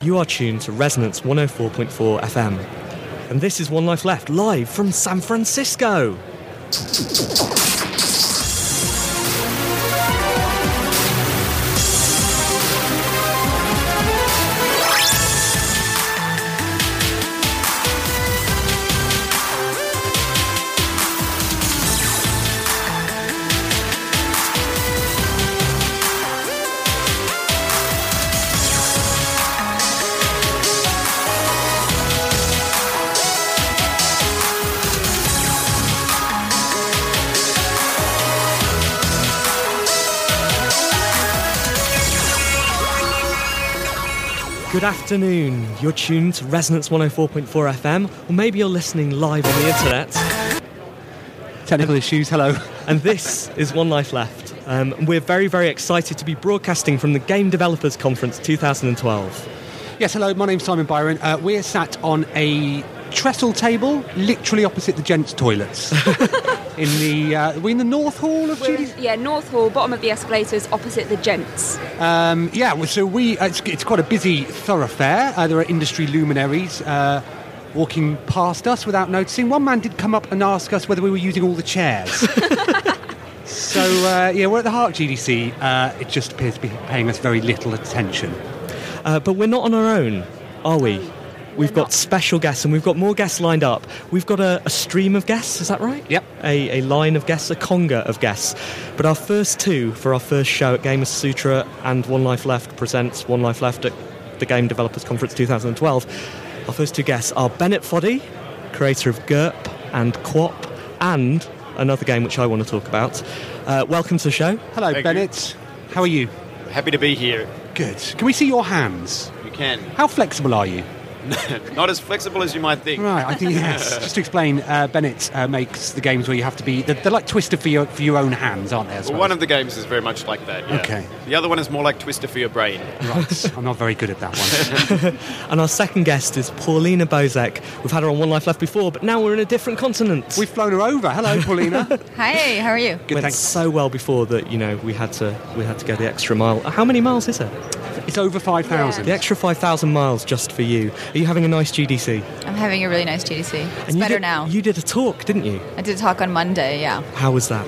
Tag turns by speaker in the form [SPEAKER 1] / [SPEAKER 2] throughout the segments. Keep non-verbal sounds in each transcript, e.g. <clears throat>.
[SPEAKER 1] You are tuned to Resonance 104.4 FM. And this is One Life Left, live from San Francisco. Good afternoon. You're tuned to Resonance 104.4 FM, or maybe you're listening live on the internet.
[SPEAKER 2] Technical issues, hello.
[SPEAKER 1] And this is One Life Left. Um, we're very, very excited to be broadcasting from the Game Developers Conference 2012.
[SPEAKER 2] Yes, hello, my name's Simon Byron. Uh, we're sat on a trestle table, literally opposite the gents' toilets. in the, uh, are we in the North Hall of
[SPEAKER 3] We're
[SPEAKER 2] Judy?
[SPEAKER 3] in, yeah, North Hall, bottom of the escalators, opposite the gents.
[SPEAKER 2] Um, yeah, well, so we, it's, it's quite a busy thoroughfare. Uh, there are industry luminaries uh, walking past us without noticing. One man did come up and ask us whether we were using all the chairs. so, uh, yeah, we're at the Heart GDC. Uh, it just appears to be paying us very little attention.
[SPEAKER 1] Uh, but we're not on our own, are we? We've got special guests and we've got more guests lined up. We've got a, a stream of guests, is that right?
[SPEAKER 2] Yep.
[SPEAKER 1] A, a line of guests, a conga of guests. But our first two for our first show at Gamers Sutra and One Life Left presents One Life Left at the Game Developers Conference 2012. Our first two guests are Bennett Foddy, creator of GURP and Quap, and another game which I want to talk about. Uh, welcome to the show.
[SPEAKER 2] Hello,
[SPEAKER 4] Thank you.
[SPEAKER 2] Bennett. How are
[SPEAKER 1] <laughs>
[SPEAKER 2] you?
[SPEAKER 4] Happy to be here.
[SPEAKER 2] Good. Can we see your hands?
[SPEAKER 4] You can.
[SPEAKER 2] How flexible are you?
[SPEAKER 4] <laughs> Not as flexible as you might think.
[SPEAKER 2] Right, I think
[SPEAKER 4] <laughs>
[SPEAKER 2] yes. Just <laughs> to explain, uh, Bennett uh, makes the games where you have to be. They're, they're like twisted for your for your own hands, aren't they? As
[SPEAKER 4] Well,
[SPEAKER 2] well
[SPEAKER 4] one
[SPEAKER 2] as-
[SPEAKER 4] of the games is very much like that. yeah.
[SPEAKER 2] Okay.
[SPEAKER 4] The other one is more like Twister for your brain.
[SPEAKER 2] right. <laughs> I'm not very good at that one.
[SPEAKER 1] <laughs> And our second guest is Paulina Bozek. We've had her on One Life Left before, but now we're in a different continent.
[SPEAKER 2] We've flown her over.
[SPEAKER 1] <laughs>
[SPEAKER 2] Hello,
[SPEAKER 5] <laughs>
[SPEAKER 2] Paulina.
[SPEAKER 5] Hey, how are you?
[SPEAKER 2] Good,
[SPEAKER 1] went
[SPEAKER 2] thanks.
[SPEAKER 1] so well before that you know we had to we had to go the extra mile. How many miles is it?
[SPEAKER 2] It's over five thousand.
[SPEAKER 1] The extra five thousand miles just for you. Are you having a nice GDC?
[SPEAKER 5] I'm having a really nice GDC. It's
[SPEAKER 1] And you
[SPEAKER 5] better
[SPEAKER 1] did-
[SPEAKER 5] now.
[SPEAKER 1] You did a talk, didn't you?
[SPEAKER 5] I did a talk on Monday, yeah.
[SPEAKER 1] How was that?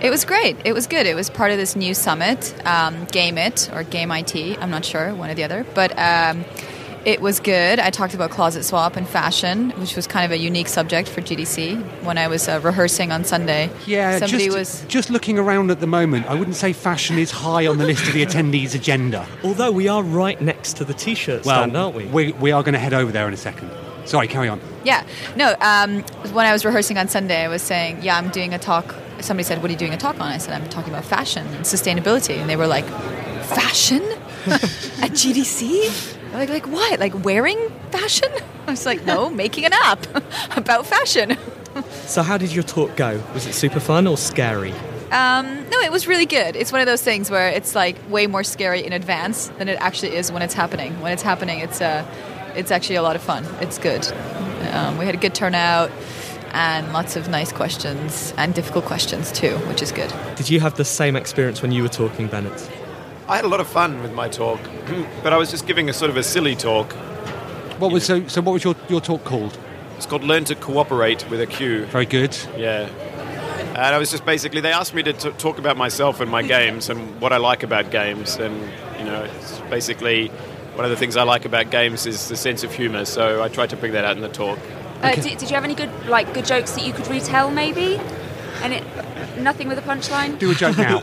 [SPEAKER 5] It was great. It was good. It was part of this new summit, um, Game It or Game IT. I'm not sure, one or the other. But um, it was good. I talked about closet swap and fashion, which was kind of a unique subject for GDC when I was uh, rehearsing on Sunday.
[SPEAKER 2] Yeah,
[SPEAKER 5] somebody
[SPEAKER 2] Uh, just,
[SPEAKER 5] was.
[SPEAKER 2] just looking around at the moment, I wouldn't say fashion is high on the list of the attendees' agenda.
[SPEAKER 1] Although we are right next to the T-shirt stand, aren't we?
[SPEAKER 2] we, we are going to head over there in a second. Sorry, carry on.
[SPEAKER 5] Yeah. No, um, when I was rehearsing on Sunday, I was saying, yeah, I'm doing a talk. Somebody said, what are you doing a talk on? I said, I'm talking about fashion and sustainability. And they were like, fashion? <laughs> At GDC? I'm Like, like what? Like wearing fashion? I was like, no, making an app <laughs> about fashion.
[SPEAKER 1] So how did your talk go? Was it super fun or scary?
[SPEAKER 5] Um, no, it was really good. It's one of those things where it's like way more scary in advance than it actually is when it's happening. When it's happening, it's uh, it's actually a lot of fun. It's good. Um, we had a good turnout and lots of nice questions and difficult questions too, which is good.
[SPEAKER 1] Did you have the same experience when you were talking, Bennett?
[SPEAKER 4] I had a lot of fun with my talk, <clears throat> but I was just giving a sort of a silly talk.
[SPEAKER 2] What was so? So, what was your, your talk called?
[SPEAKER 4] It's called Learn to Cooperate with a Q.
[SPEAKER 2] Very good.
[SPEAKER 4] Yeah. And I was just basically, they asked me to t- talk about myself and my games and what I like about games. And You know, it's basically one of the things I like about games is the sense of humor. So I try to bring that out in the talk.
[SPEAKER 3] Uh, did, did you have any good like good jokes that you could retell maybe? And it nothing with a punchline.
[SPEAKER 2] Do a joke now.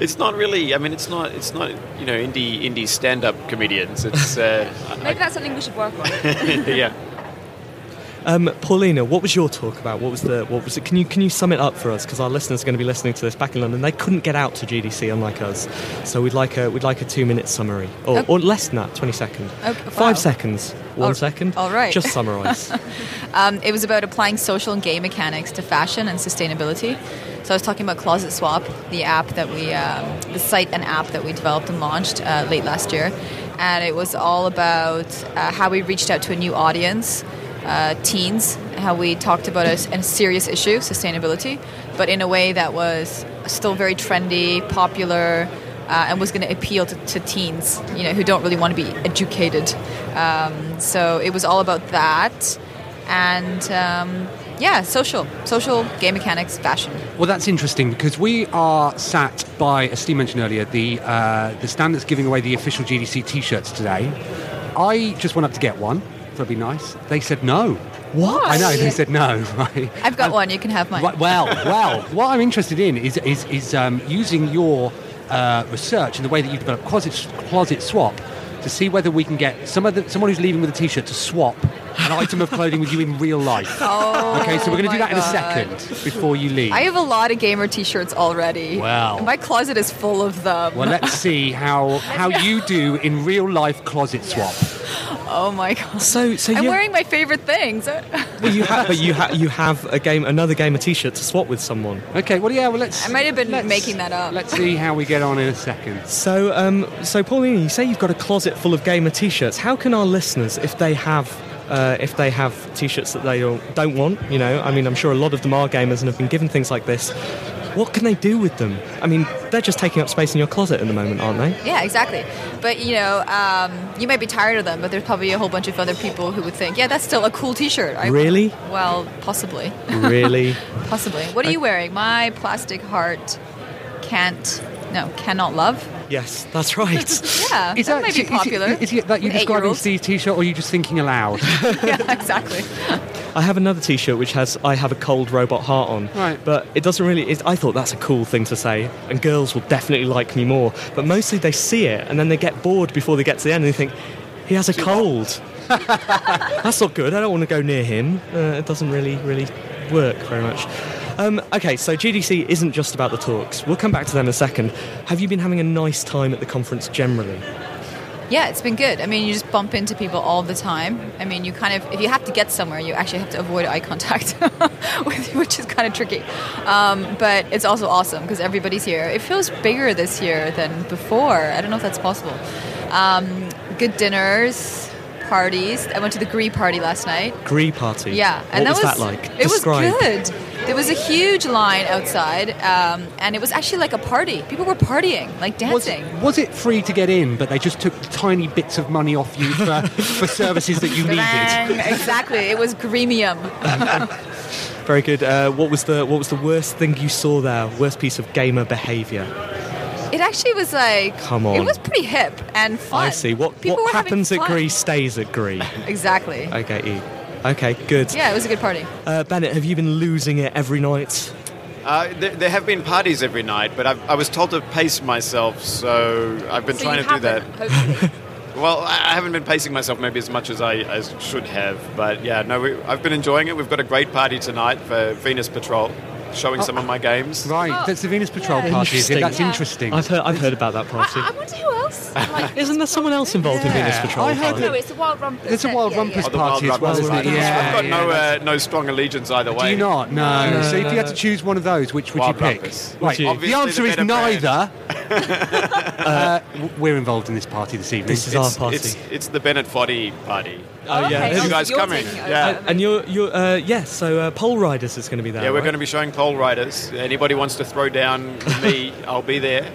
[SPEAKER 4] It's not really. I mean, it's not. It's not. You know, indie indie stand up comedians. It's uh,
[SPEAKER 3] <laughs> <laughs> Maybe that's something we should work
[SPEAKER 2] <laughs>
[SPEAKER 3] on.
[SPEAKER 4] yeah.
[SPEAKER 1] Um, Paulina, what was your talk about? What was the what was it? Can you can you sum it up for us? Because our listeners are going to be listening to this back in London. They couldn't get out to GDC unlike us, so we'd like a we'd like a two minute summary or,
[SPEAKER 5] Okay.
[SPEAKER 1] or less than that, twenty second,
[SPEAKER 5] Okay, wow.
[SPEAKER 1] five seconds, one
[SPEAKER 5] Al-
[SPEAKER 1] second.
[SPEAKER 5] all right.
[SPEAKER 1] just
[SPEAKER 5] <laughs>
[SPEAKER 1] summarise.
[SPEAKER 5] Um, it was about applying social and gay mechanics to fashion and sustainability. So I was talking about Closet Swap, the app that we, um, the site and app that we developed and launched uh, late last year, and it was all about uh, how we reached out to a new audience, uh, teens, how we talked about a, s- a serious issue, sustainability, but in a way that was still very trendy, popular. Uh, and was going to appeal to, to teens, you know, who don't really want to be educated. Um, so it was all about that and um, yeah, social, social game mechanics, fashion.
[SPEAKER 2] Well, that's interesting because we are sat by, as Steve mentioned earlier, the uh, the stand that's giving away the official GDC T-shirts today. I just went up to get one. Thought it'd be nice. They said no.
[SPEAKER 5] What?
[SPEAKER 2] I know they said no. <laughs> Right?
[SPEAKER 5] I've
[SPEAKER 1] Oh.
[SPEAKER 5] got one. You can have mine.
[SPEAKER 2] Right, Well, well, what I'm interested in is is, is um, using your uh, research and the way that you develop closet closet swap to see whether we can get some of the, someone who's leaving with a T-shirt to swap an item of clothing with you in real life.
[SPEAKER 5] Oh,
[SPEAKER 2] okay, so we're going to
[SPEAKER 5] my
[SPEAKER 2] do that in
[SPEAKER 5] God.
[SPEAKER 2] a second before you leave.
[SPEAKER 5] I have a lot of gamer T-shirts already.
[SPEAKER 2] Wow.
[SPEAKER 5] my closet is full of them.
[SPEAKER 2] Well, let's see how how you do in real life closet swap.
[SPEAKER 5] <laughs> Oh my god!
[SPEAKER 1] so so
[SPEAKER 5] I'm
[SPEAKER 1] you,
[SPEAKER 5] wearing my favorite things.
[SPEAKER 1] well, you ha- but you ha- you have a game another game of T-shirt to swap with someone.
[SPEAKER 2] Okay, well, yeah, well, let's.
[SPEAKER 5] I might have been
[SPEAKER 2] let's-
[SPEAKER 5] making that up.
[SPEAKER 2] Let's see how we get on in a second.
[SPEAKER 1] So, um, so Paulina, you say you've got a closet full of gamer T-shirts. How can our listeners, if they have, uh, if they have T-shirts that they don't, don't want, you know, I mean, I'm sure a lot of them are gamers and have been given things like this. What can they do with them? I mean, they're just taking up space in your closet at the moment, aren't they?
[SPEAKER 5] <laughs> Yeah, exactly. But you know, um, you might be tired of them, but there's probably a whole bunch of other people who would think, yeah, that's still a cool T-shirt. I-
[SPEAKER 1] Really?
[SPEAKER 5] Well, possibly, <laughs>
[SPEAKER 1] Really?
[SPEAKER 5] possibly. What are you wearing? My plastic heart can't. No, cannot love.
[SPEAKER 1] yes, that's right.
[SPEAKER 5] <laughs> Yeah, that, might be
[SPEAKER 2] is it-
[SPEAKER 5] popular.
[SPEAKER 2] Is, it that you
[SPEAKER 5] An
[SPEAKER 2] describing
[SPEAKER 5] eight-year-old.
[SPEAKER 2] Steve's t-shirt, or are you just thinking aloud?
[SPEAKER 5] <laughs> yeah, exactly.
[SPEAKER 1] <laughs> I have another T-shirt which has "I have a cold robot heart" on,
[SPEAKER 2] Right.
[SPEAKER 1] but it doesn't really. It, I thought that's a cool thing to say, and girls will definitely like me more. But mostly they see it and then they get bored before they get to the end and they think, "He has a cold." <laughs> that's not good. I don't want to go near him. Uh, it doesn't really, really work very much. Um, okay, so GDC isn't just about the talks. We'll come back to them in a second. Have you been having a nice time at the conference generally?
[SPEAKER 5] Yeah, it's been good. I mean, you just bump into people all the time. I mean, you kind of, if you have to get somewhere, you actually have to avoid eye contact, <laughs> with- which is kind of tricky. Um, but it's also awesome because everybody's here. It feels bigger this year than before. I don't know if that's possible. Um, good dinners, parties. I went to the Gree party last night.
[SPEAKER 1] Gree party.
[SPEAKER 5] Yeah, and
[SPEAKER 1] what that
[SPEAKER 5] that was,
[SPEAKER 1] like?
[SPEAKER 5] It
[SPEAKER 1] Describe.
[SPEAKER 5] was good. There was a huge line outside, um, and it was actually like a party. People were partying, like
[SPEAKER 2] was,
[SPEAKER 5] dancing.
[SPEAKER 2] was it free to get in, but they just took tiny bits of money off you for, for services that you needed?
[SPEAKER 5] Bang. exactly. It
[SPEAKER 1] <laughs>
[SPEAKER 5] was gremium.
[SPEAKER 1] Very good. Uh, what was the what was the worst thing you saw there? Worst piece of gamer behaviour.
[SPEAKER 5] It actually was like
[SPEAKER 1] Come
[SPEAKER 5] It
[SPEAKER 1] on.
[SPEAKER 5] was pretty hip and fun.
[SPEAKER 1] I see. What
[SPEAKER 5] People
[SPEAKER 1] what
[SPEAKER 5] were having
[SPEAKER 1] happens at
[SPEAKER 5] fun.
[SPEAKER 1] Greece stays at Greece.
[SPEAKER 5] Exactly.
[SPEAKER 1] I get you. Okay, good.
[SPEAKER 5] Yeah, it was a good party.
[SPEAKER 1] Uh, Bennett, have you been losing it every night?
[SPEAKER 4] Uh, there, there have been parties every night, but I've, I was told to pace myself, so I've been
[SPEAKER 3] So
[SPEAKER 4] trying
[SPEAKER 3] you
[SPEAKER 4] to do that.
[SPEAKER 3] haven't, Hopefully.
[SPEAKER 4] Well, I I haven't been pacing myself maybe as much as I as should have, but yeah, no, we, I've been enjoying it. We've got a great party tonight for Venus Patrol, showing some of my games.
[SPEAKER 2] Right,
[SPEAKER 3] Oh,
[SPEAKER 2] that's the Venus Patrol
[SPEAKER 3] yeah.
[SPEAKER 2] party. Is it?
[SPEAKER 1] Interesting.
[SPEAKER 2] That's
[SPEAKER 3] Yeah.
[SPEAKER 2] interesting.
[SPEAKER 1] I've heard I've heard about that party.
[SPEAKER 3] I, I wonder who
[SPEAKER 1] <laughs>
[SPEAKER 3] else. Like,
[SPEAKER 1] Isn't there someone else involved in
[SPEAKER 2] Yeah,
[SPEAKER 1] Venus Patrol?
[SPEAKER 2] I heard
[SPEAKER 1] Party?
[SPEAKER 3] No, it's the Wild Rumpus.
[SPEAKER 2] It's a
[SPEAKER 3] isn't it?
[SPEAKER 2] Wild
[SPEAKER 3] Yeah,
[SPEAKER 2] Rumpus
[SPEAKER 3] yeah.
[SPEAKER 4] Oh, the Wild
[SPEAKER 2] party as
[SPEAKER 4] Rumble
[SPEAKER 2] well, isn't it?
[SPEAKER 4] party.
[SPEAKER 2] Yeah,
[SPEAKER 4] I've got
[SPEAKER 2] yeah,
[SPEAKER 4] no uh,
[SPEAKER 2] that's-
[SPEAKER 4] no strong allegiance either
[SPEAKER 2] Do
[SPEAKER 4] way.
[SPEAKER 2] you not? No.
[SPEAKER 1] No,
[SPEAKER 2] so if
[SPEAKER 1] no,
[SPEAKER 2] you had
[SPEAKER 1] no.
[SPEAKER 2] to choose one of those, which would
[SPEAKER 4] Wild
[SPEAKER 2] you pick?
[SPEAKER 4] Rumpus.
[SPEAKER 2] Right.
[SPEAKER 1] you?
[SPEAKER 2] The answer
[SPEAKER 4] Obviously
[SPEAKER 2] is
[SPEAKER 4] the better brand.
[SPEAKER 2] neither.
[SPEAKER 4] <laughs>
[SPEAKER 2] uh, w- we're involved in this party this evening.
[SPEAKER 1] <laughs> This is
[SPEAKER 2] It's-
[SPEAKER 1] our party.
[SPEAKER 4] It's it's the Bennett Foddy party.
[SPEAKER 1] oh yeah.
[SPEAKER 3] Okay,
[SPEAKER 4] You
[SPEAKER 3] so
[SPEAKER 4] guys
[SPEAKER 3] you're
[SPEAKER 4] coming?
[SPEAKER 3] taking over.
[SPEAKER 4] Yeah.
[SPEAKER 1] And you're you're uh, yeah. So uh, Pole Riders is going to be there.
[SPEAKER 4] Yeah, we're
[SPEAKER 1] right?
[SPEAKER 4] going to be showing pole riders. Anybody wants to throw down
[SPEAKER 1] <laughs>
[SPEAKER 4] with me, I'll be there.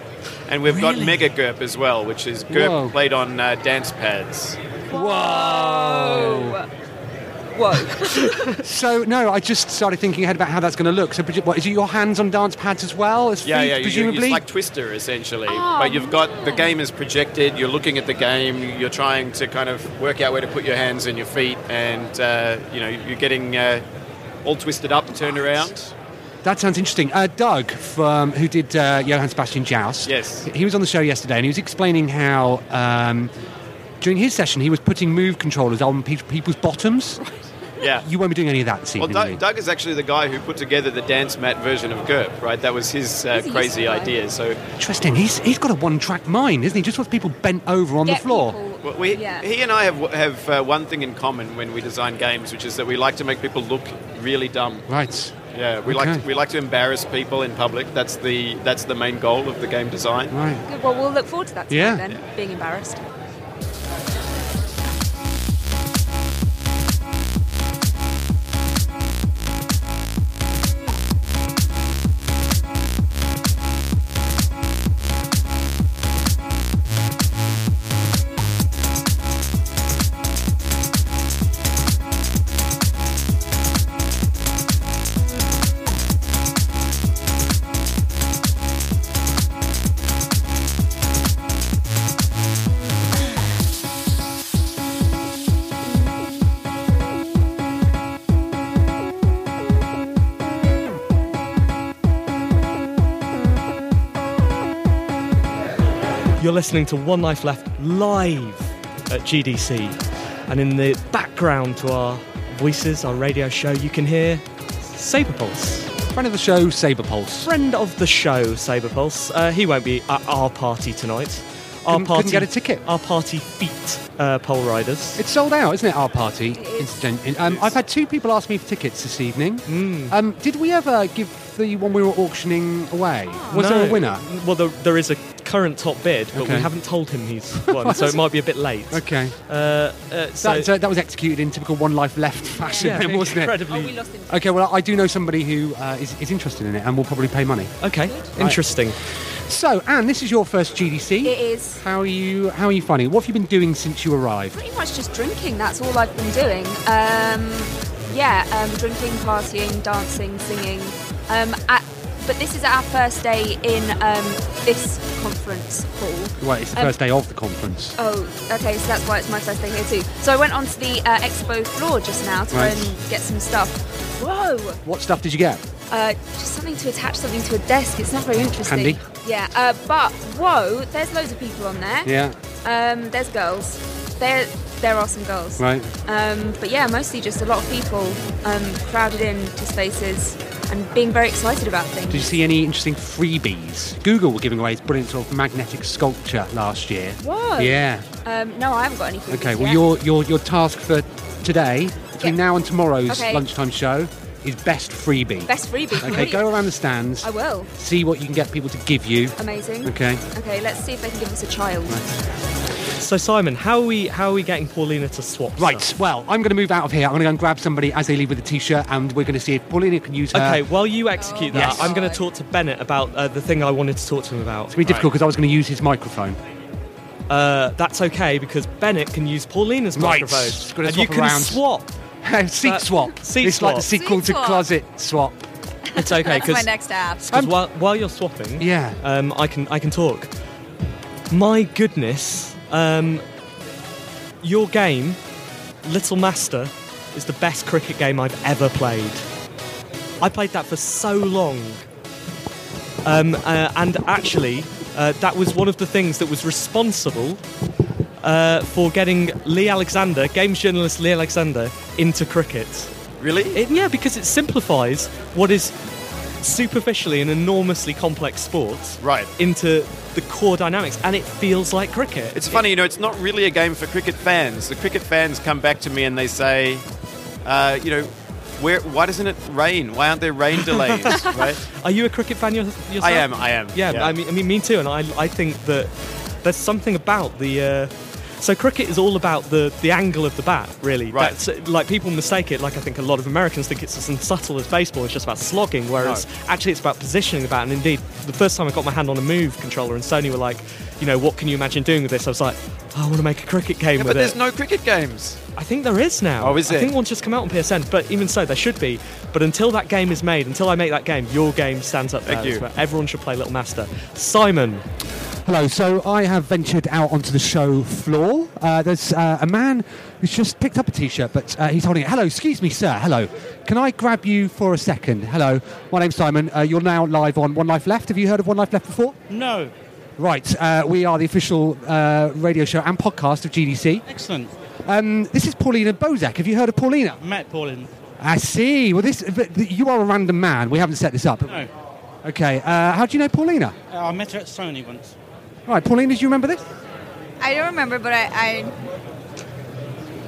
[SPEAKER 4] And we've got
[SPEAKER 1] Really?
[SPEAKER 4] Mega Gerp as well, which is Gerp
[SPEAKER 2] Whoa.
[SPEAKER 3] Oh.
[SPEAKER 4] played on uh, dance pads.
[SPEAKER 2] Whoa!
[SPEAKER 3] Whoa.
[SPEAKER 2] <laughs> So no, I just started thinking ahead about how that's going to look. So, Bridget, what is it? Your hands on dance pads as well as
[SPEAKER 4] Yeah,
[SPEAKER 2] feet,
[SPEAKER 4] yeah, you- you-
[SPEAKER 2] presumably.
[SPEAKER 4] it's like Twister essentially,
[SPEAKER 3] Oh,
[SPEAKER 4] but you've got the
[SPEAKER 3] man.
[SPEAKER 4] game is projected. You're looking at the game. You're trying to kind of work out where to put your hands and your feet, and uh, you know you're getting uh, all twisted up and turned around.
[SPEAKER 2] That sounds interesting. Uh, Doug, from, who did uh, Johann Sebastian Joust,
[SPEAKER 4] Yes.
[SPEAKER 2] he was on the show yesterday, and he was explaining how um, during his session he was putting move controllers on pe- people's bottoms.
[SPEAKER 4] Yeah.
[SPEAKER 2] You won't be doing any of that this
[SPEAKER 4] well,
[SPEAKER 2] evening. will you?
[SPEAKER 4] Doug, Doug is actually the guy who put together the dance mat version of GURP, right? That was his uh,
[SPEAKER 3] He's a
[SPEAKER 4] crazy
[SPEAKER 3] useful guy.
[SPEAKER 4] idea. So
[SPEAKER 2] Interesting. He's, he's got a one-track mind, isn't he? Just wants people bent over on
[SPEAKER 3] Get
[SPEAKER 2] the floor.
[SPEAKER 3] people-
[SPEAKER 4] Well, we,
[SPEAKER 3] yeah.
[SPEAKER 4] He and I have, have uh, one thing in common when we design games, which is that we like to make people look really dumb.
[SPEAKER 2] Right.
[SPEAKER 4] Yeah, we like
[SPEAKER 2] Okay.
[SPEAKER 4] to, we like to embarrass people in public. That's the that's the main goal of the game design.
[SPEAKER 2] Right.
[SPEAKER 3] Good, well, we'll look forward to that
[SPEAKER 2] Yeah.
[SPEAKER 3] tonight then, being embarrassed.
[SPEAKER 1] You're listening to One Life Left live at GDC. And in the background to our voices, our radio show, you can hear Sabre Pulse.
[SPEAKER 2] Friend of the show, Saber Pulse.
[SPEAKER 1] Friend of the show, Sabre Pulse. Uh, he won't be at our party tonight. Our
[SPEAKER 2] Couldn't- couldn't get a ticket.
[SPEAKER 1] Our party feet uh, pole riders.
[SPEAKER 2] It's sold out, isn't it? Our party. Incident- Um, I've had two people ask me for tickets this evening.
[SPEAKER 1] Mm.
[SPEAKER 2] Um, did we ever give the one we were auctioning away?
[SPEAKER 3] Ah.
[SPEAKER 2] Was
[SPEAKER 1] No.
[SPEAKER 2] there a winner?
[SPEAKER 1] Well, there, there is a current top bid, but
[SPEAKER 2] Okay.
[SPEAKER 1] we haven't told him
[SPEAKER 2] <laughs>
[SPEAKER 1] he's won, so it might be a bit late.
[SPEAKER 2] Okay.
[SPEAKER 1] Uh, uh, so,
[SPEAKER 2] that, uh, that was executed in typical one life left fashion,
[SPEAKER 1] yeah,
[SPEAKER 2] then, <laughs> wasn't it?
[SPEAKER 1] incredibly
[SPEAKER 3] Oh, we lost him.
[SPEAKER 2] Okay, well, I do know somebody who uh, is, is interested in it and will probably pay money.
[SPEAKER 1] Okay, interesting.
[SPEAKER 2] So, Anne, this is your first GDC.
[SPEAKER 3] It is
[SPEAKER 2] How are you? How are you finding it? What have you been doing since you arrived?
[SPEAKER 3] pretty much just drinking. That's all I've been doing. Um, yeah, um, drinking, partying, dancing, singing. Um, at, but this is our first day in um, this conference hall.
[SPEAKER 2] Well, it's the
[SPEAKER 3] Um,
[SPEAKER 2] first day of the conference.
[SPEAKER 3] Oh, okay, so that's why it's my first day here too. So I went onto the uh, expo floor just now to
[SPEAKER 2] Right.
[SPEAKER 3] go and get some stuff. Whoa!
[SPEAKER 2] What stuff did you get?
[SPEAKER 3] Uh, just something to attach something to a desk. It's not very interesting.
[SPEAKER 2] Handy.
[SPEAKER 3] Yeah, uh, but whoa, there's loads of people on there.
[SPEAKER 2] Yeah,
[SPEAKER 3] Um, there's girls. There, there are some girls.
[SPEAKER 2] right.
[SPEAKER 3] Um, but yeah, mostly just a lot of people um, crowded into spaces and being very excited about things.
[SPEAKER 2] Did you see any interesting freebies? Google were giving away its brilliant sort of magnetic sculpture last year.
[SPEAKER 3] Whoa.
[SPEAKER 2] Yeah.
[SPEAKER 3] Um, no, I haven't got anything.
[SPEAKER 2] Okay. Well,
[SPEAKER 3] yet.
[SPEAKER 2] your your your task for today, between
[SPEAKER 3] Yeah.
[SPEAKER 2] now and tomorrow's
[SPEAKER 3] Okay.
[SPEAKER 2] lunchtime show, is best freebie.
[SPEAKER 3] best freebie.
[SPEAKER 2] Okay. Go around the stands.
[SPEAKER 3] I will.
[SPEAKER 2] See what you can get people to give you.
[SPEAKER 3] Amazing.
[SPEAKER 2] Okay.
[SPEAKER 3] Okay, let's see if they can give us a child.
[SPEAKER 1] So, Simon, how are we how are we getting Paulina to swap?
[SPEAKER 2] Right,
[SPEAKER 1] stuff?
[SPEAKER 2] well, I'm going to move out of here. I'm going to go and grab somebody as they leave with a t shirt, and we're going to see if Paulina can use her.
[SPEAKER 1] Okay,
[SPEAKER 2] It's
[SPEAKER 1] while you execute that,
[SPEAKER 2] Yes.
[SPEAKER 1] I'm going to talk to Bennett about uh, the thing I wanted to talk to him about.
[SPEAKER 2] going to be difficult because I was going to use his microphone.
[SPEAKER 1] Uh, that's okay because Bennett can use Paulina's
[SPEAKER 2] Right. Just
[SPEAKER 1] microphone,
[SPEAKER 2] gotta
[SPEAKER 1] and you
[SPEAKER 2] swap
[SPEAKER 1] can
[SPEAKER 2] around. <laughs>
[SPEAKER 1] swap.
[SPEAKER 2] seat
[SPEAKER 1] Uh,
[SPEAKER 2] swap.
[SPEAKER 1] seat
[SPEAKER 2] it's like the
[SPEAKER 1] swap.
[SPEAKER 2] sequel
[SPEAKER 5] Seat
[SPEAKER 2] to
[SPEAKER 5] swap.
[SPEAKER 2] Closet Swap. Um,
[SPEAKER 1] It's okay
[SPEAKER 5] That's my
[SPEAKER 1] because
[SPEAKER 5] next app.
[SPEAKER 1] while while you're swapping,
[SPEAKER 2] Yeah.
[SPEAKER 1] um, I can I can talk. My goodness, um, your game, Little Master, is the best cricket game I've ever played. I played that for so long, um, uh, and actually, uh, that was one of the things that was responsible uh, for getting Lee Alexander, games journalist Lee Alexander, into cricket.
[SPEAKER 4] Really?
[SPEAKER 1] It, yeah, because it simplifies what is superficially an enormously complex sport
[SPEAKER 4] Right.
[SPEAKER 1] into the core dynamics, and it feels like cricket.
[SPEAKER 4] It's funny, you know. It's not really a game for cricket fans. The cricket fans come back to me and they say, uh, you know, where why doesn't it rain? Why aren't there rain delays?
[SPEAKER 2] <laughs>
[SPEAKER 1] <laughs>
[SPEAKER 4] right?
[SPEAKER 1] Are you a cricket fan your- yourself?
[SPEAKER 4] I am. I am.
[SPEAKER 1] Yeah, I mean, I mean, me too. And I, I think that there's something about the. Uh, so cricket is all about the, the angle of the bat, really.
[SPEAKER 4] Right.
[SPEAKER 1] That's, like people mistake it. Like I think a lot of Americans think it's as subtle as baseball. It's just about slogging, whereas
[SPEAKER 4] No.
[SPEAKER 1] actually it's about positioning the bat. And indeed, the first time I got my hand on a move controller, and Sony were like, you know, what can you imagine doing with this? I was like, I want to make a cricket game
[SPEAKER 4] Yeah,
[SPEAKER 1] with
[SPEAKER 4] but there's
[SPEAKER 1] it.
[SPEAKER 4] no cricket games.
[SPEAKER 1] I think there is now.
[SPEAKER 4] Oh, is
[SPEAKER 1] I
[SPEAKER 4] there?
[SPEAKER 1] think one's just come out on PSN, but even so, there should be. But until that game is made, until I make that game, your game stands up there.
[SPEAKER 4] Thank
[SPEAKER 1] It's
[SPEAKER 4] you.
[SPEAKER 1] where everyone should play Little Master. Simon,
[SPEAKER 2] Hello. So I have ventured out onto the show floor. Uh, there's uh, a man who's just picked up a t-shirt, but uh, he's holding it. Hello. Excuse me, sir. Hello. Can I grab you for a second? Hello. My name's Simon. Uh, you're now live on One Life Left. Have you heard of One Life Left before?
[SPEAKER 6] No.
[SPEAKER 2] Right. Uh, we are the official uh, radio show and podcast of GDC.
[SPEAKER 6] Excellent.
[SPEAKER 2] Um, this is Paulina Bozak. Have you heard of Paulina?
[SPEAKER 6] Matt Paulin.
[SPEAKER 2] I see. Well, this but th- you are a random man. We haven't set this up.
[SPEAKER 6] No.
[SPEAKER 2] Okay. Uh, how do you know Paulina?
[SPEAKER 6] Uh, I met her at Sony once.
[SPEAKER 2] Right, Paulina, do you remember this?
[SPEAKER 5] I don't remember, but I, I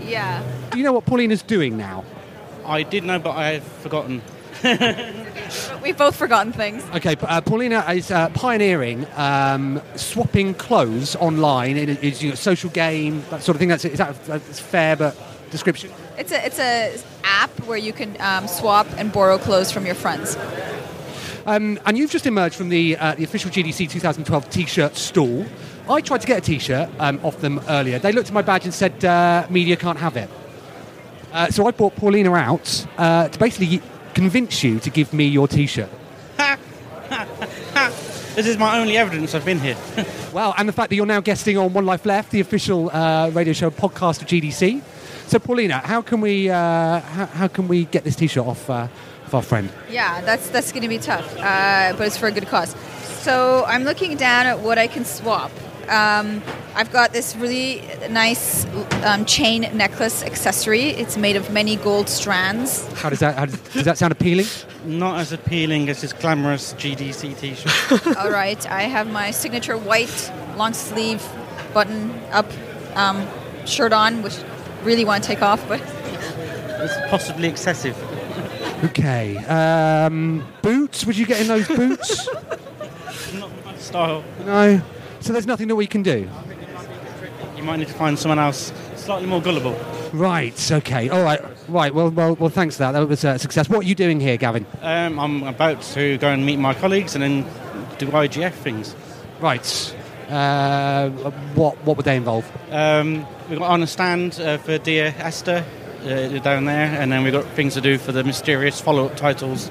[SPEAKER 5] yeah.
[SPEAKER 2] Do you know what Paulina's doing now?
[SPEAKER 6] I did know, but I have forgotten. <laughs>
[SPEAKER 2] <laughs>
[SPEAKER 5] We've both forgotten things.
[SPEAKER 2] Okay, p- uh, Paulina is uh, pioneering um, swapping clothes online in a, is, you know, social game, that sort of thing. That's, is that that's fair, but description?
[SPEAKER 5] It's a it's a app where you can um, swap and borrow clothes from your friends.
[SPEAKER 2] Um, and you've just emerged from the, uh, the official GDC 2012 T-shirt stall. I tried to get a T-shirt um, off them earlier. They looked at my badge and said, uh, "Media can't have it." Uh, so I brought Paulina out uh, to basically convince you to give me your T-shirt.
[SPEAKER 6] This is my only evidence I've been here.
[SPEAKER 2] <laughs> Well, and the fact that you're now guesting on One Life Left, the official uh, radio show podcast of GDC. So, Paulina, how can we uh, how, how can we get this T-shirt off, uh, off our friend?
[SPEAKER 5] Yeah, that's that's going to be tough, uh, but it's for a good cause. So I'm looking down at what I can swap. Um, I've got this really nice um, chain necklace accessory. It's made of many gold strands.
[SPEAKER 2] How does that how does, does that sound appealing?
[SPEAKER 6] Not as appealing as this glamorous GDC t shirt.
[SPEAKER 5] All right, I have my signature white long sleeve button up um, shirt on, which really want to take off, but
[SPEAKER 6] it's possibly excessive.
[SPEAKER 2] Okay, um, boots. Would you get in those
[SPEAKER 6] <laughs>
[SPEAKER 2] boots?
[SPEAKER 6] Not my style.
[SPEAKER 2] No. So there's nothing that we can do.
[SPEAKER 6] You might need to find someone else slightly more gullible.
[SPEAKER 2] Right. Okay. All right. Right. Well. Well. Well. Thanks for that. That was uh, a success. What are you doing here, Gavin?
[SPEAKER 6] Um, I'm about to go and meet my colleagues and then do IGF things.
[SPEAKER 2] Right. Uh, what What would they involve?
[SPEAKER 6] Um, we've got on a stand uh, for Dear Esther uh, down there, and then we've got things to do for the mysterious follow up titles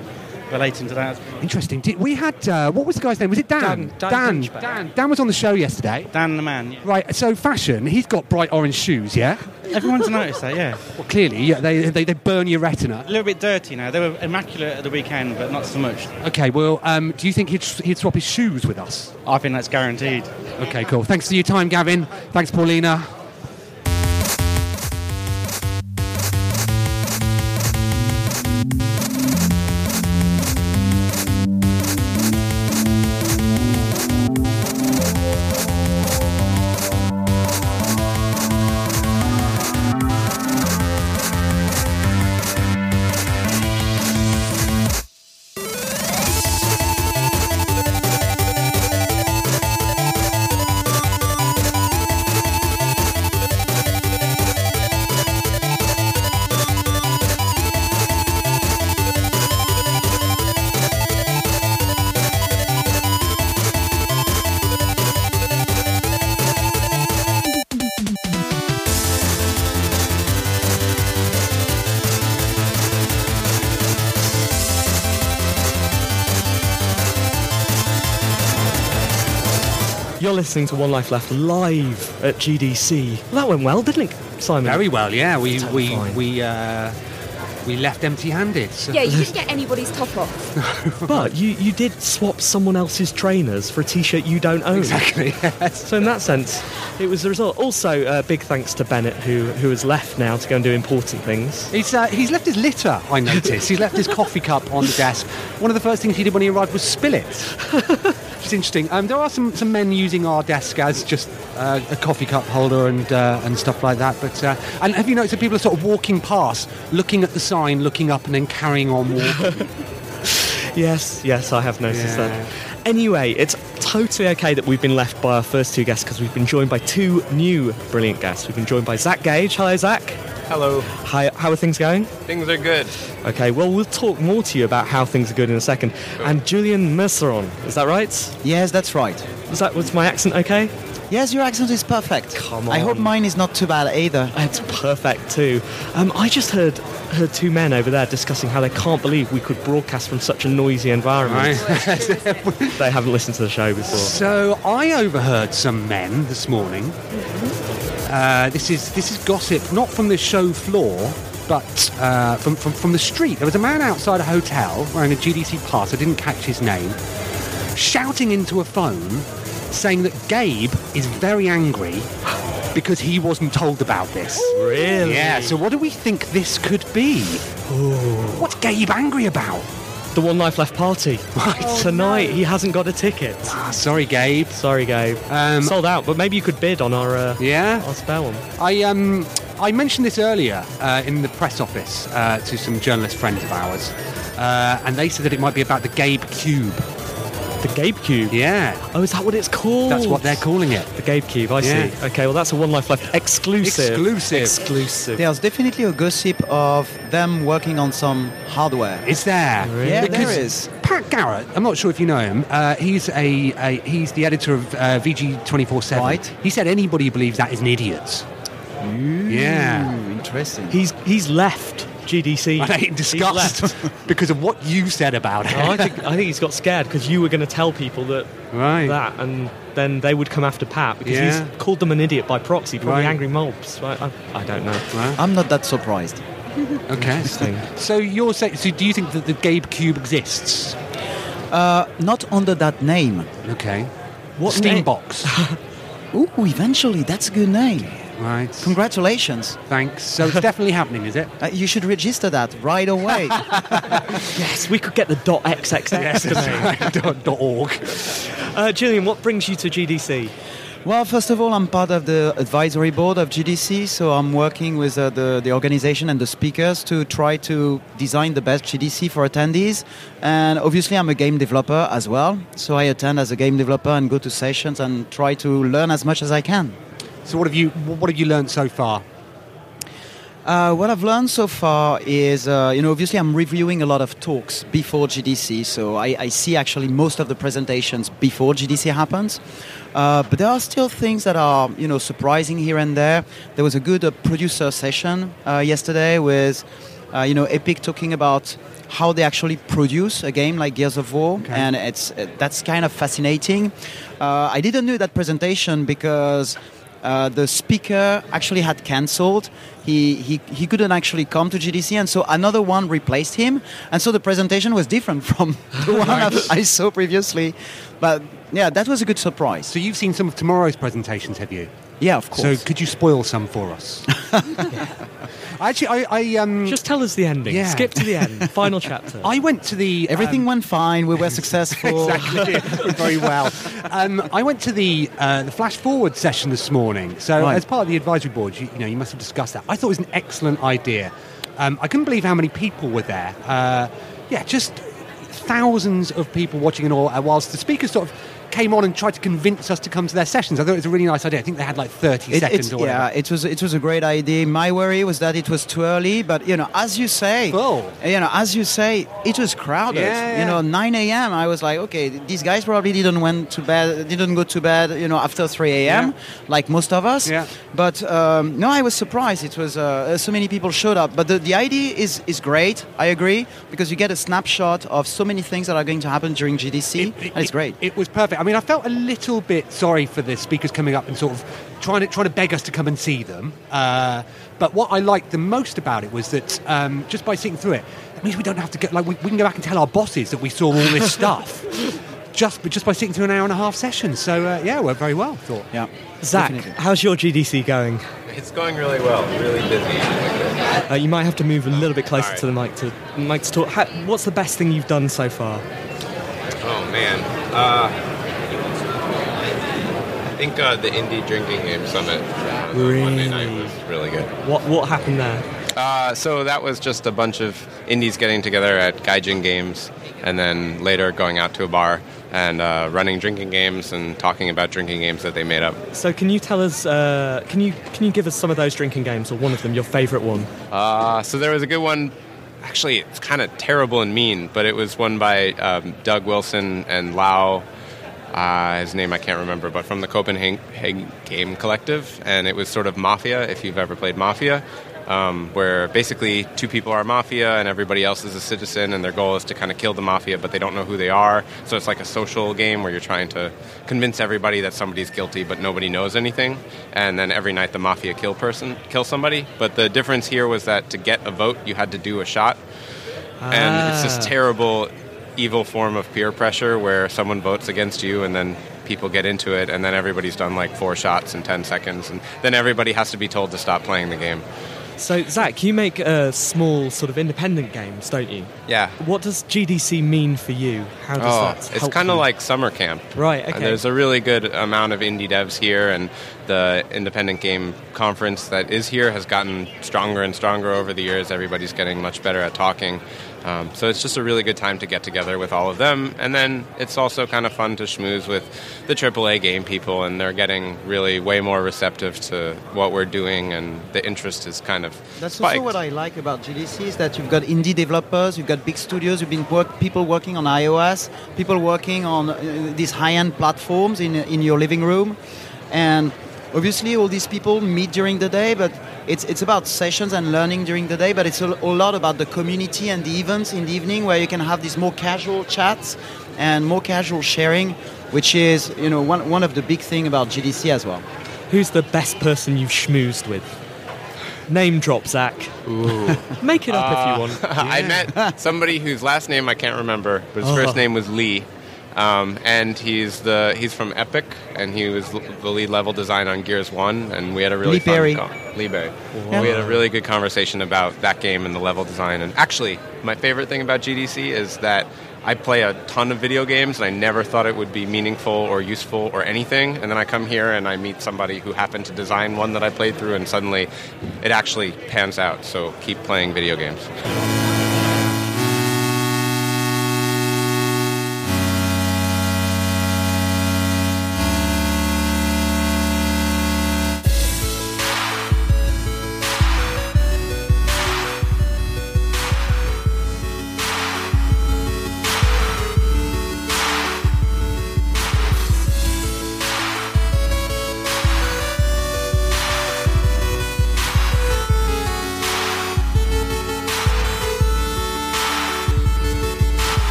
[SPEAKER 6] relating to that.
[SPEAKER 2] Interesting. Did, we had. Uh, what was the guy's name? Was it Dan?
[SPEAKER 1] Dan- Dan
[SPEAKER 2] Dan.
[SPEAKER 1] Dinchback.
[SPEAKER 2] Dan, Dan was on the show yesterday.
[SPEAKER 6] Dan the Man. Yeah.
[SPEAKER 2] Right. So fashion. He's got bright orange shoes. Yeah.
[SPEAKER 6] Everyone's noticed that, yeah.
[SPEAKER 2] Well, clearly, yeah, they, they they burn your retina.
[SPEAKER 6] A little bit dirty now. They were immaculate at the weekend, but not so much.
[SPEAKER 2] Okay. Well, um, do you think he'd he'd swap his shoes with us?
[SPEAKER 6] I think that's guaranteed.
[SPEAKER 2] Okay. Cool. Thanks for your time, Gavin. Thanks, Paulina.
[SPEAKER 1] you're listening to One Life Left live at GDC. Well, that went well, didn't it, Simon?
[SPEAKER 2] Very well, yeah. We
[SPEAKER 1] Totally
[SPEAKER 2] we
[SPEAKER 1] fine.
[SPEAKER 2] we uh, we left empty-handed. So.
[SPEAKER 3] Yeah, you
[SPEAKER 2] <laughs>
[SPEAKER 3] didn't get anybody's top off.
[SPEAKER 1] But you, you did swap someone else's trainers for a T-shirt you don't own.
[SPEAKER 2] Exactly. <laughs>
[SPEAKER 1] So in that sense, it was the result. Also, uh, big thanks to Bennett, who who has left now to go and do important things.
[SPEAKER 2] He's, uh, he's left his litter, I noticed. he's left his coffee cup on the desk. One of the first things he did when he arrived was spill it. Which is interesting. Um, there are some, some men using our desk as just uh, a coffee cup holder and, uh, and stuff like that. But uh, And have you noticed that people are sort of walking past, looking at the sign, looking up, and then carrying on walking?
[SPEAKER 1] Yes, <laughs> yes, I have noticed
[SPEAKER 2] Yeah.
[SPEAKER 1] that. Anyway, it's totally okay that we've been left by our first two guests because we've been joined by two new brilliant guests. We've been joined by Zach Gage. Hi, Zach.
[SPEAKER 2] Oh.
[SPEAKER 4] Hello.
[SPEAKER 1] Hi, how are things going?
[SPEAKER 4] Things are good.
[SPEAKER 1] Okay, well, we'll talk more to you about how things are good in a second. And Julian Merceron, is that right?
[SPEAKER 7] Yes, that's right.
[SPEAKER 1] Is that was my accent okay?
[SPEAKER 7] Yes, your accent is perfect.
[SPEAKER 1] Come
[SPEAKER 7] I hope
[SPEAKER 1] on.
[SPEAKER 7] mine is not too bad either.
[SPEAKER 1] It's perfect too. Um, I just heard heard two men over there discussing how they can't believe we could broadcast from such a noisy environment.
[SPEAKER 2] <laughs>
[SPEAKER 1] they haven't listened to the show before.
[SPEAKER 2] So I overheard some men this morning. Uh, this is this is gossip, not from the show floor, but uh, from, from from the street. There was a man outside a hotel wearing a GDC pass. I didn't catch his name, shouting into a phone, saying that Gabe is very angry because he wasn't told about this.
[SPEAKER 1] Really?
[SPEAKER 2] Yeah. So what do we think this could be? What's Gabe angry about?
[SPEAKER 1] The One Life Left <laughs> party. Tonight, he hasn't got a ticket.
[SPEAKER 2] Oh, Ah, sorry, Gabe.
[SPEAKER 1] Sorry, Gabe.
[SPEAKER 2] Um,
[SPEAKER 1] Sold out, but maybe you could bid on our, uh,
[SPEAKER 2] Yeah.
[SPEAKER 1] our spare one.
[SPEAKER 2] I um I mentioned this earlier uh, in the press office uh, to some journalist friends of ours, uh, and they said that it might be about the Gabe Cube.
[SPEAKER 1] The Gabe Cube.
[SPEAKER 2] Yeah,
[SPEAKER 1] Oh, is that what it's called?
[SPEAKER 2] that's what they're calling it.
[SPEAKER 1] The Gabe Cube, I see.
[SPEAKER 2] Yeah.
[SPEAKER 1] Okay, well, that's a One Life Left exclusive.
[SPEAKER 2] Exclusive.
[SPEAKER 1] Exclusive.
[SPEAKER 7] There's definitely a gossip of them working on some hardware.
[SPEAKER 2] It's there.
[SPEAKER 7] Yeah,
[SPEAKER 2] because
[SPEAKER 7] there is.
[SPEAKER 2] Pat Garrett, I'm not sure if you know him. Uh, he's a, a he's the editor of uh, VG twenty four seven.
[SPEAKER 7] Right.
[SPEAKER 2] He said anybody who believes that is an idiot.
[SPEAKER 7] Hmm.
[SPEAKER 2] Yeah.
[SPEAKER 7] Ooh, interesting.
[SPEAKER 1] He's, he's left GDC.
[SPEAKER 2] I hate
[SPEAKER 1] He's
[SPEAKER 2] disgust <laughs>
[SPEAKER 1] left.
[SPEAKER 2] because of what you said about it.
[SPEAKER 1] Oh, I think I think he's got scared because you were going to tell people that
[SPEAKER 2] Right.
[SPEAKER 1] that, and then they would come after Pat because
[SPEAKER 2] Yeah.
[SPEAKER 1] he's called them an idiot by proxy, probably
[SPEAKER 2] Right.
[SPEAKER 1] angry mobs. I, I, I don't know.
[SPEAKER 7] I'm not that surprised.
[SPEAKER 2] <laughs> okay. <laughs> So you're saying? So do you think that the Gabe Cube exists?
[SPEAKER 7] Uh, not under that name.
[SPEAKER 2] Okay.
[SPEAKER 1] What name-
[SPEAKER 2] Steambox?
[SPEAKER 7] <laughs> Ooh, eventually, that's a good name.
[SPEAKER 2] right.
[SPEAKER 7] Congratulations.
[SPEAKER 2] Thanks. So it's definitely happening, is it?
[SPEAKER 7] <laughs> Uh, you should register that right away.
[SPEAKER 2] <laughs>
[SPEAKER 1] Yes, we could get the dot xxx.
[SPEAKER 7] <laughs>
[SPEAKER 2] dot, dot org.
[SPEAKER 1] Uh, Julian, what brings you to GDC?
[SPEAKER 7] well, first of all, I'm part of the advisory board of GDC, so I'm working with uh, the, the organization and the speakers to try to design the best GDC for attendees. And obviously, I'm a game developer as well, so I attend as a game developer and go to sessions and try to learn as much as I can.
[SPEAKER 2] So what have you what have you learned so far?
[SPEAKER 7] Uh, what I've learned so far is, uh, you know, obviously I'm reviewing a lot of talks before GDC, so I, I see actually most of the presentations before GDC happens. Uh, but there are still things that are, you know, surprising here and there. There was a good uh, producer session uh, yesterday with, uh, you know, Epic talking about how they actually produce a game like Gears of War, and it's uh, that's kind of fascinating. Uh, I didn't do that presentation because uh, the speaker actually had cancelled. He, he, he couldn't actually come to GDC, and so another one replaced him. And so the presentation was different <laughs> from the one I I saw previously. But yeah, that was a good surprise.
[SPEAKER 2] So you've seen some of tomorrow's presentations, have you?
[SPEAKER 7] Yeah, of
[SPEAKER 2] So
[SPEAKER 7] course.
[SPEAKER 2] could you spoil some for
[SPEAKER 7] <laughs>
[SPEAKER 2] us? Actually, I I, um,
[SPEAKER 1] Just tell us the ending.
[SPEAKER 2] Yeah.
[SPEAKER 1] Skip to the end.
[SPEAKER 2] <laughs>
[SPEAKER 1] Final chapter.
[SPEAKER 2] I went to the um,
[SPEAKER 7] Everything went fine.
[SPEAKER 2] <laughs>
[SPEAKER 7] We were successful. <laughs>
[SPEAKER 2] exactly <laughs> very well. Um, I went to the uh, the flash forward session this morning. So
[SPEAKER 7] Right.
[SPEAKER 2] as part of the advisory board, you, you know, you must have discussed that. I thought it was an excellent idea. Um, I couldn't believe how many people were there. Uh, yeah, just thousands of people watching and all. uh, Whilst the speakers sort of came on and tried to convince us to come to their sessions, I thought it was a really nice idea. I think they had like thirty
[SPEAKER 7] It-
[SPEAKER 2] seconds
[SPEAKER 7] it's-
[SPEAKER 2] or
[SPEAKER 7] yeah,
[SPEAKER 2] whatever.
[SPEAKER 7] it was it was a great idea. My worry was that it was too early, but you know, as you say,
[SPEAKER 2] Oh.
[SPEAKER 7] you know, as you say, it was crowded.
[SPEAKER 2] Yeah,
[SPEAKER 7] You
[SPEAKER 2] yeah.
[SPEAKER 7] know, 9 a.m. I was like, okay, these guys probably didn't went to bed, didn't go to bed, you know, after 3 a.m.
[SPEAKER 2] Yeah.
[SPEAKER 7] like most of us.
[SPEAKER 2] Yeah.
[SPEAKER 7] But um, no, I was surprised. It was uh, uh, so many people showed up. But the, the idea is is great. I agree because you get a snapshot of so many things that are going to happen during GDC, and it's great.
[SPEAKER 2] It, was perfect. I mean, I felt a little bit sorry for the speakers coming up and sort of trying to trying to beg us to come and see them. Uh, but what I liked the most about it was that um, just by sitting through it, it means we don't have to get like we, we can go back and tell our bosses that we saw all this stuff. Just, but just by sitting through an hour and a half session. So, uh, yeah, it worked very well, I thought.
[SPEAKER 7] yeah.
[SPEAKER 1] Zach,
[SPEAKER 7] definitely.
[SPEAKER 1] how's your GDC going?
[SPEAKER 8] It's going really well, really busy.
[SPEAKER 1] Uh, you might have to move a little bit closer
[SPEAKER 8] All right.
[SPEAKER 1] to the mic to mic to talk. Ha what's the best thing you've done so far?
[SPEAKER 8] Oh man. Uh, I think uh, the Indie Drinking Game Summit uh, Monday night was really good.
[SPEAKER 1] What what happened there?
[SPEAKER 8] Uh, so that was just a bunch of indies getting together at Gaijin Games and then later going out to a bar and uh, running drinking games and talking about drinking games that they made up.
[SPEAKER 1] So can you tell us? Uh, can you can you give us some of those drinking games or one of them, your favourite one?
[SPEAKER 8] Uh, so there was a good one. Actually, it's kind of terrible and mean, but it was one by um, Doug Wilson and Lau. Uh, uh, his name I can't remember, but from the Copenhagen Game Collective, and it was sort of Mafia, if you've ever played Mafia, um, where basically two people are Mafia and everybody else is a citizen, and their goal is to kind of kill the Mafia, but they don't know who they are. So it's like a social game where you're trying to convince everybody that somebody's guilty, but nobody knows anything. And then every night the Mafia kill person, kill somebody. But the difference here was that to get a vote, you had to do a shot. And
[SPEAKER 1] Ah.
[SPEAKER 8] it's this terrible, evil form of peer pressure where someone votes against you and then people get into it and then everybody's done like four shots in 10 seconds and then everybody has to be told to stop playing the game.
[SPEAKER 1] So, Zach, you make uh, small, sort of independent games, don't you?
[SPEAKER 8] Yeah.
[SPEAKER 1] What does GDC mean for you? How does
[SPEAKER 8] Oh,
[SPEAKER 1] that
[SPEAKER 8] it's
[SPEAKER 1] help
[SPEAKER 8] kind of
[SPEAKER 1] you?
[SPEAKER 8] like summer camp.
[SPEAKER 1] Right,
[SPEAKER 8] Uh,
[SPEAKER 1] okay.
[SPEAKER 8] there's a really good amount of indie devs here, and the independent game conference that is here has gotten stronger and stronger over the years. Everybody's getting much better at talking. Um, so it's just a really good time to get together with all of them. And then it's also kind of fun to schmooze with the AAA game people, and they're getting really way more receptive to what we're doing, and the interest is kind of
[SPEAKER 7] That's
[SPEAKER 8] spiked.
[SPEAKER 7] also what I like about GDC is that you've got indie developers, you've got big studios, you've been work, people working on iOS, people working on uh, these high-end platforms in in your living room, and obviously all these people meet during the day, but it's it's about sessions and learning during the day, but it's a, a lot about the community and the events in the evening where you can have these more casual chats and more casual sharing, which is you know one one of the big thing about GDC as well.
[SPEAKER 1] Who's the best person you've schmoozed with? Name drop, Zach. Ooh. <laughs> Make it up if you want.
[SPEAKER 8] Uh, <laughs> I met somebody whose last name I can't remember, but his
[SPEAKER 1] Oh.
[SPEAKER 8] first name was Lee. Um, and he's the he's from Epic, and he was l- the lead level design on Gears One, and we had a really
[SPEAKER 7] Lee
[SPEAKER 8] fun
[SPEAKER 7] Berry.
[SPEAKER 8] co- Lee Berry.
[SPEAKER 7] Yeah.
[SPEAKER 8] We had a really good conversation about that game and the level design. And actually, my favorite thing about GDC is that I play a ton of video games, and I never thought it would be meaningful or useful or anything. And then I come here and I meet somebody who happened to design one that I played through, and suddenly it actually pans out. So keep playing video games.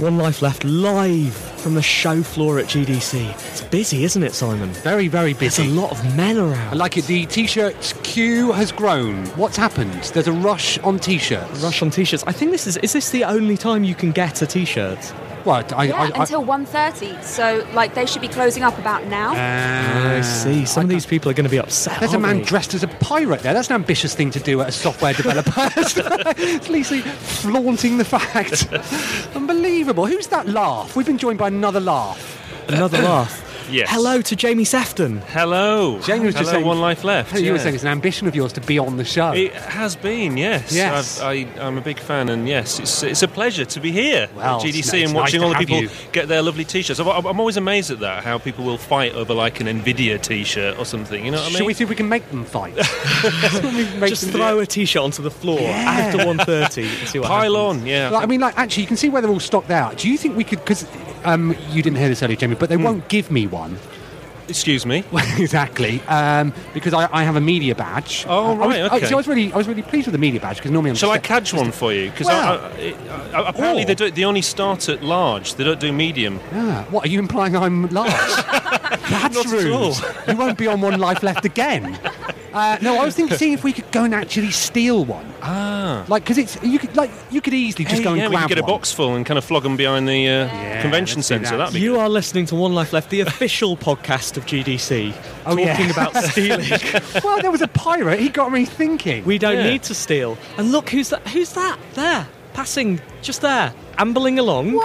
[SPEAKER 1] One Life Left live from the show floor at GDC. It's busy, isn't it, Simon?
[SPEAKER 2] Very, very busy.
[SPEAKER 1] There's a lot of men
[SPEAKER 2] I
[SPEAKER 1] around.
[SPEAKER 2] like it. The t-shirts queue has grown. What's happened? There's a rush on t-shirts.
[SPEAKER 1] Rush on t-shirts. I think this is is this the only time you can get a t-shirt?
[SPEAKER 2] What? I,
[SPEAKER 3] Yeah,
[SPEAKER 2] I, I,
[SPEAKER 3] until 1.30. So, like, they should be closing up about now.
[SPEAKER 2] Uh,
[SPEAKER 1] I see. Some of these people are going to be upset.
[SPEAKER 2] Ah. there's a
[SPEAKER 1] aren't
[SPEAKER 2] man
[SPEAKER 1] they?
[SPEAKER 2] dressed as a pirate there. That's an ambitious thing to do at a software
[SPEAKER 1] <laughs>
[SPEAKER 2] developer. <laughs> it's Lisa flaunting the
[SPEAKER 1] <laughs>
[SPEAKER 2] fact. Unbelievable. Who's that laugh? We've been joined by another laugh.
[SPEAKER 1] Another
[SPEAKER 2] <coughs>
[SPEAKER 1] laugh.
[SPEAKER 9] Yes.
[SPEAKER 1] Hello to Jamie Sefton.
[SPEAKER 9] Hello.
[SPEAKER 2] Jamie was just
[SPEAKER 9] Hello,
[SPEAKER 2] saying-
[SPEAKER 9] one life left.
[SPEAKER 2] You were
[SPEAKER 9] yeah.
[SPEAKER 2] saying it's an ambition of yours to be on the show.
[SPEAKER 9] It has been, yes.
[SPEAKER 2] Yes.
[SPEAKER 9] I've, I, I'm a big fan, and yes, it's, it's a pleasure to be here
[SPEAKER 2] Well,
[SPEAKER 9] at
[SPEAKER 2] it's
[SPEAKER 9] GDC
[SPEAKER 2] nice-
[SPEAKER 9] and
[SPEAKER 2] nice
[SPEAKER 9] watching
[SPEAKER 2] to
[SPEAKER 9] all the
[SPEAKER 2] have
[SPEAKER 9] people
[SPEAKER 2] you.
[SPEAKER 9] get their lovely T-shirts. I'm, I'm always amazed at that, how people will fight over like an NVIDIA T-shirt or something. You know what I
[SPEAKER 2] Shall
[SPEAKER 9] mean?
[SPEAKER 2] we see if we can make them
[SPEAKER 1] <laughs>
[SPEAKER 2] fight? Can we make
[SPEAKER 1] Just
[SPEAKER 2] them-
[SPEAKER 1] throw a t-shirt onto the floor after 1.30 and see what
[SPEAKER 9] Pile
[SPEAKER 1] happens.
[SPEAKER 9] on, yeah.
[SPEAKER 2] Like, I mean, like, actually, you can see where they're all stocked out. Do you think we could? Because um, you didn't hear this earlier, Jamie, but they won't give me one.
[SPEAKER 9] Hmm. Excuse me.
[SPEAKER 2] <laughs> exactly, um, because I, I have a media badge.
[SPEAKER 9] Oh,
[SPEAKER 2] I was-
[SPEAKER 9] right,
[SPEAKER 2] I-
[SPEAKER 9] okay.
[SPEAKER 2] so I was really, I was really pleased with the media badge because normally I'm.
[SPEAKER 9] Shall I
[SPEAKER 2] just-
[SPEAKER 9] catch one for you? Because
[SPEAKER 2] Wow.
[SPEAKER 9] apparently
[SPEAKER 2] Or-
[SPEAKER 9] they, do, they only start at large. They don't do medium.
[SPEAKER 2] Ah, what are you implying? I'm
[SPEAKER 9] <laughs>
[SPEAKER 2] large. That's
[SPEAKER 9] Not at
[SPEAKER 2] rude.
[SPEAKER 9] all.
[SPEAKER 2] you won't be on one life left again. Uh, no, I was thinking, seeing if we could go and actually steal one. Ah, like because it's you could like you could easily just
[SPEAKER 9] Hey,
[SPEAKER 2] go and
[SPEAKER 9] yeah, we
[SPEAKER 2] grab
[SPEAKER 9] could get
[SPEAKER 2] one.
[SPEAKER 9] a box full and kind of flog them behind the uh, convention
[SPEAKER 2] let's do
[SPEAKER 9] centre.
[SPEAKER 2] that.
[SPEAKER 9] That'd be
[SPEAKER 1] You are listening to One Life Left, the official <laughs> podcast of GDC,
[SPEAKER 2] Oh,
[SPEAKER 1] talking
[SPEAKER 2] yeah.
[SPEAKER 1] about stealing.
[SPEAKER 2] well, <laughs> there was a pirate. He got me thinking.
[SPEAKER 1] We don't
[SPEAKER 9] Yeah.
[SPEAKER 1] need to steal. And look, who's that? Who's that? There, passing, just there, ambling along. Oh,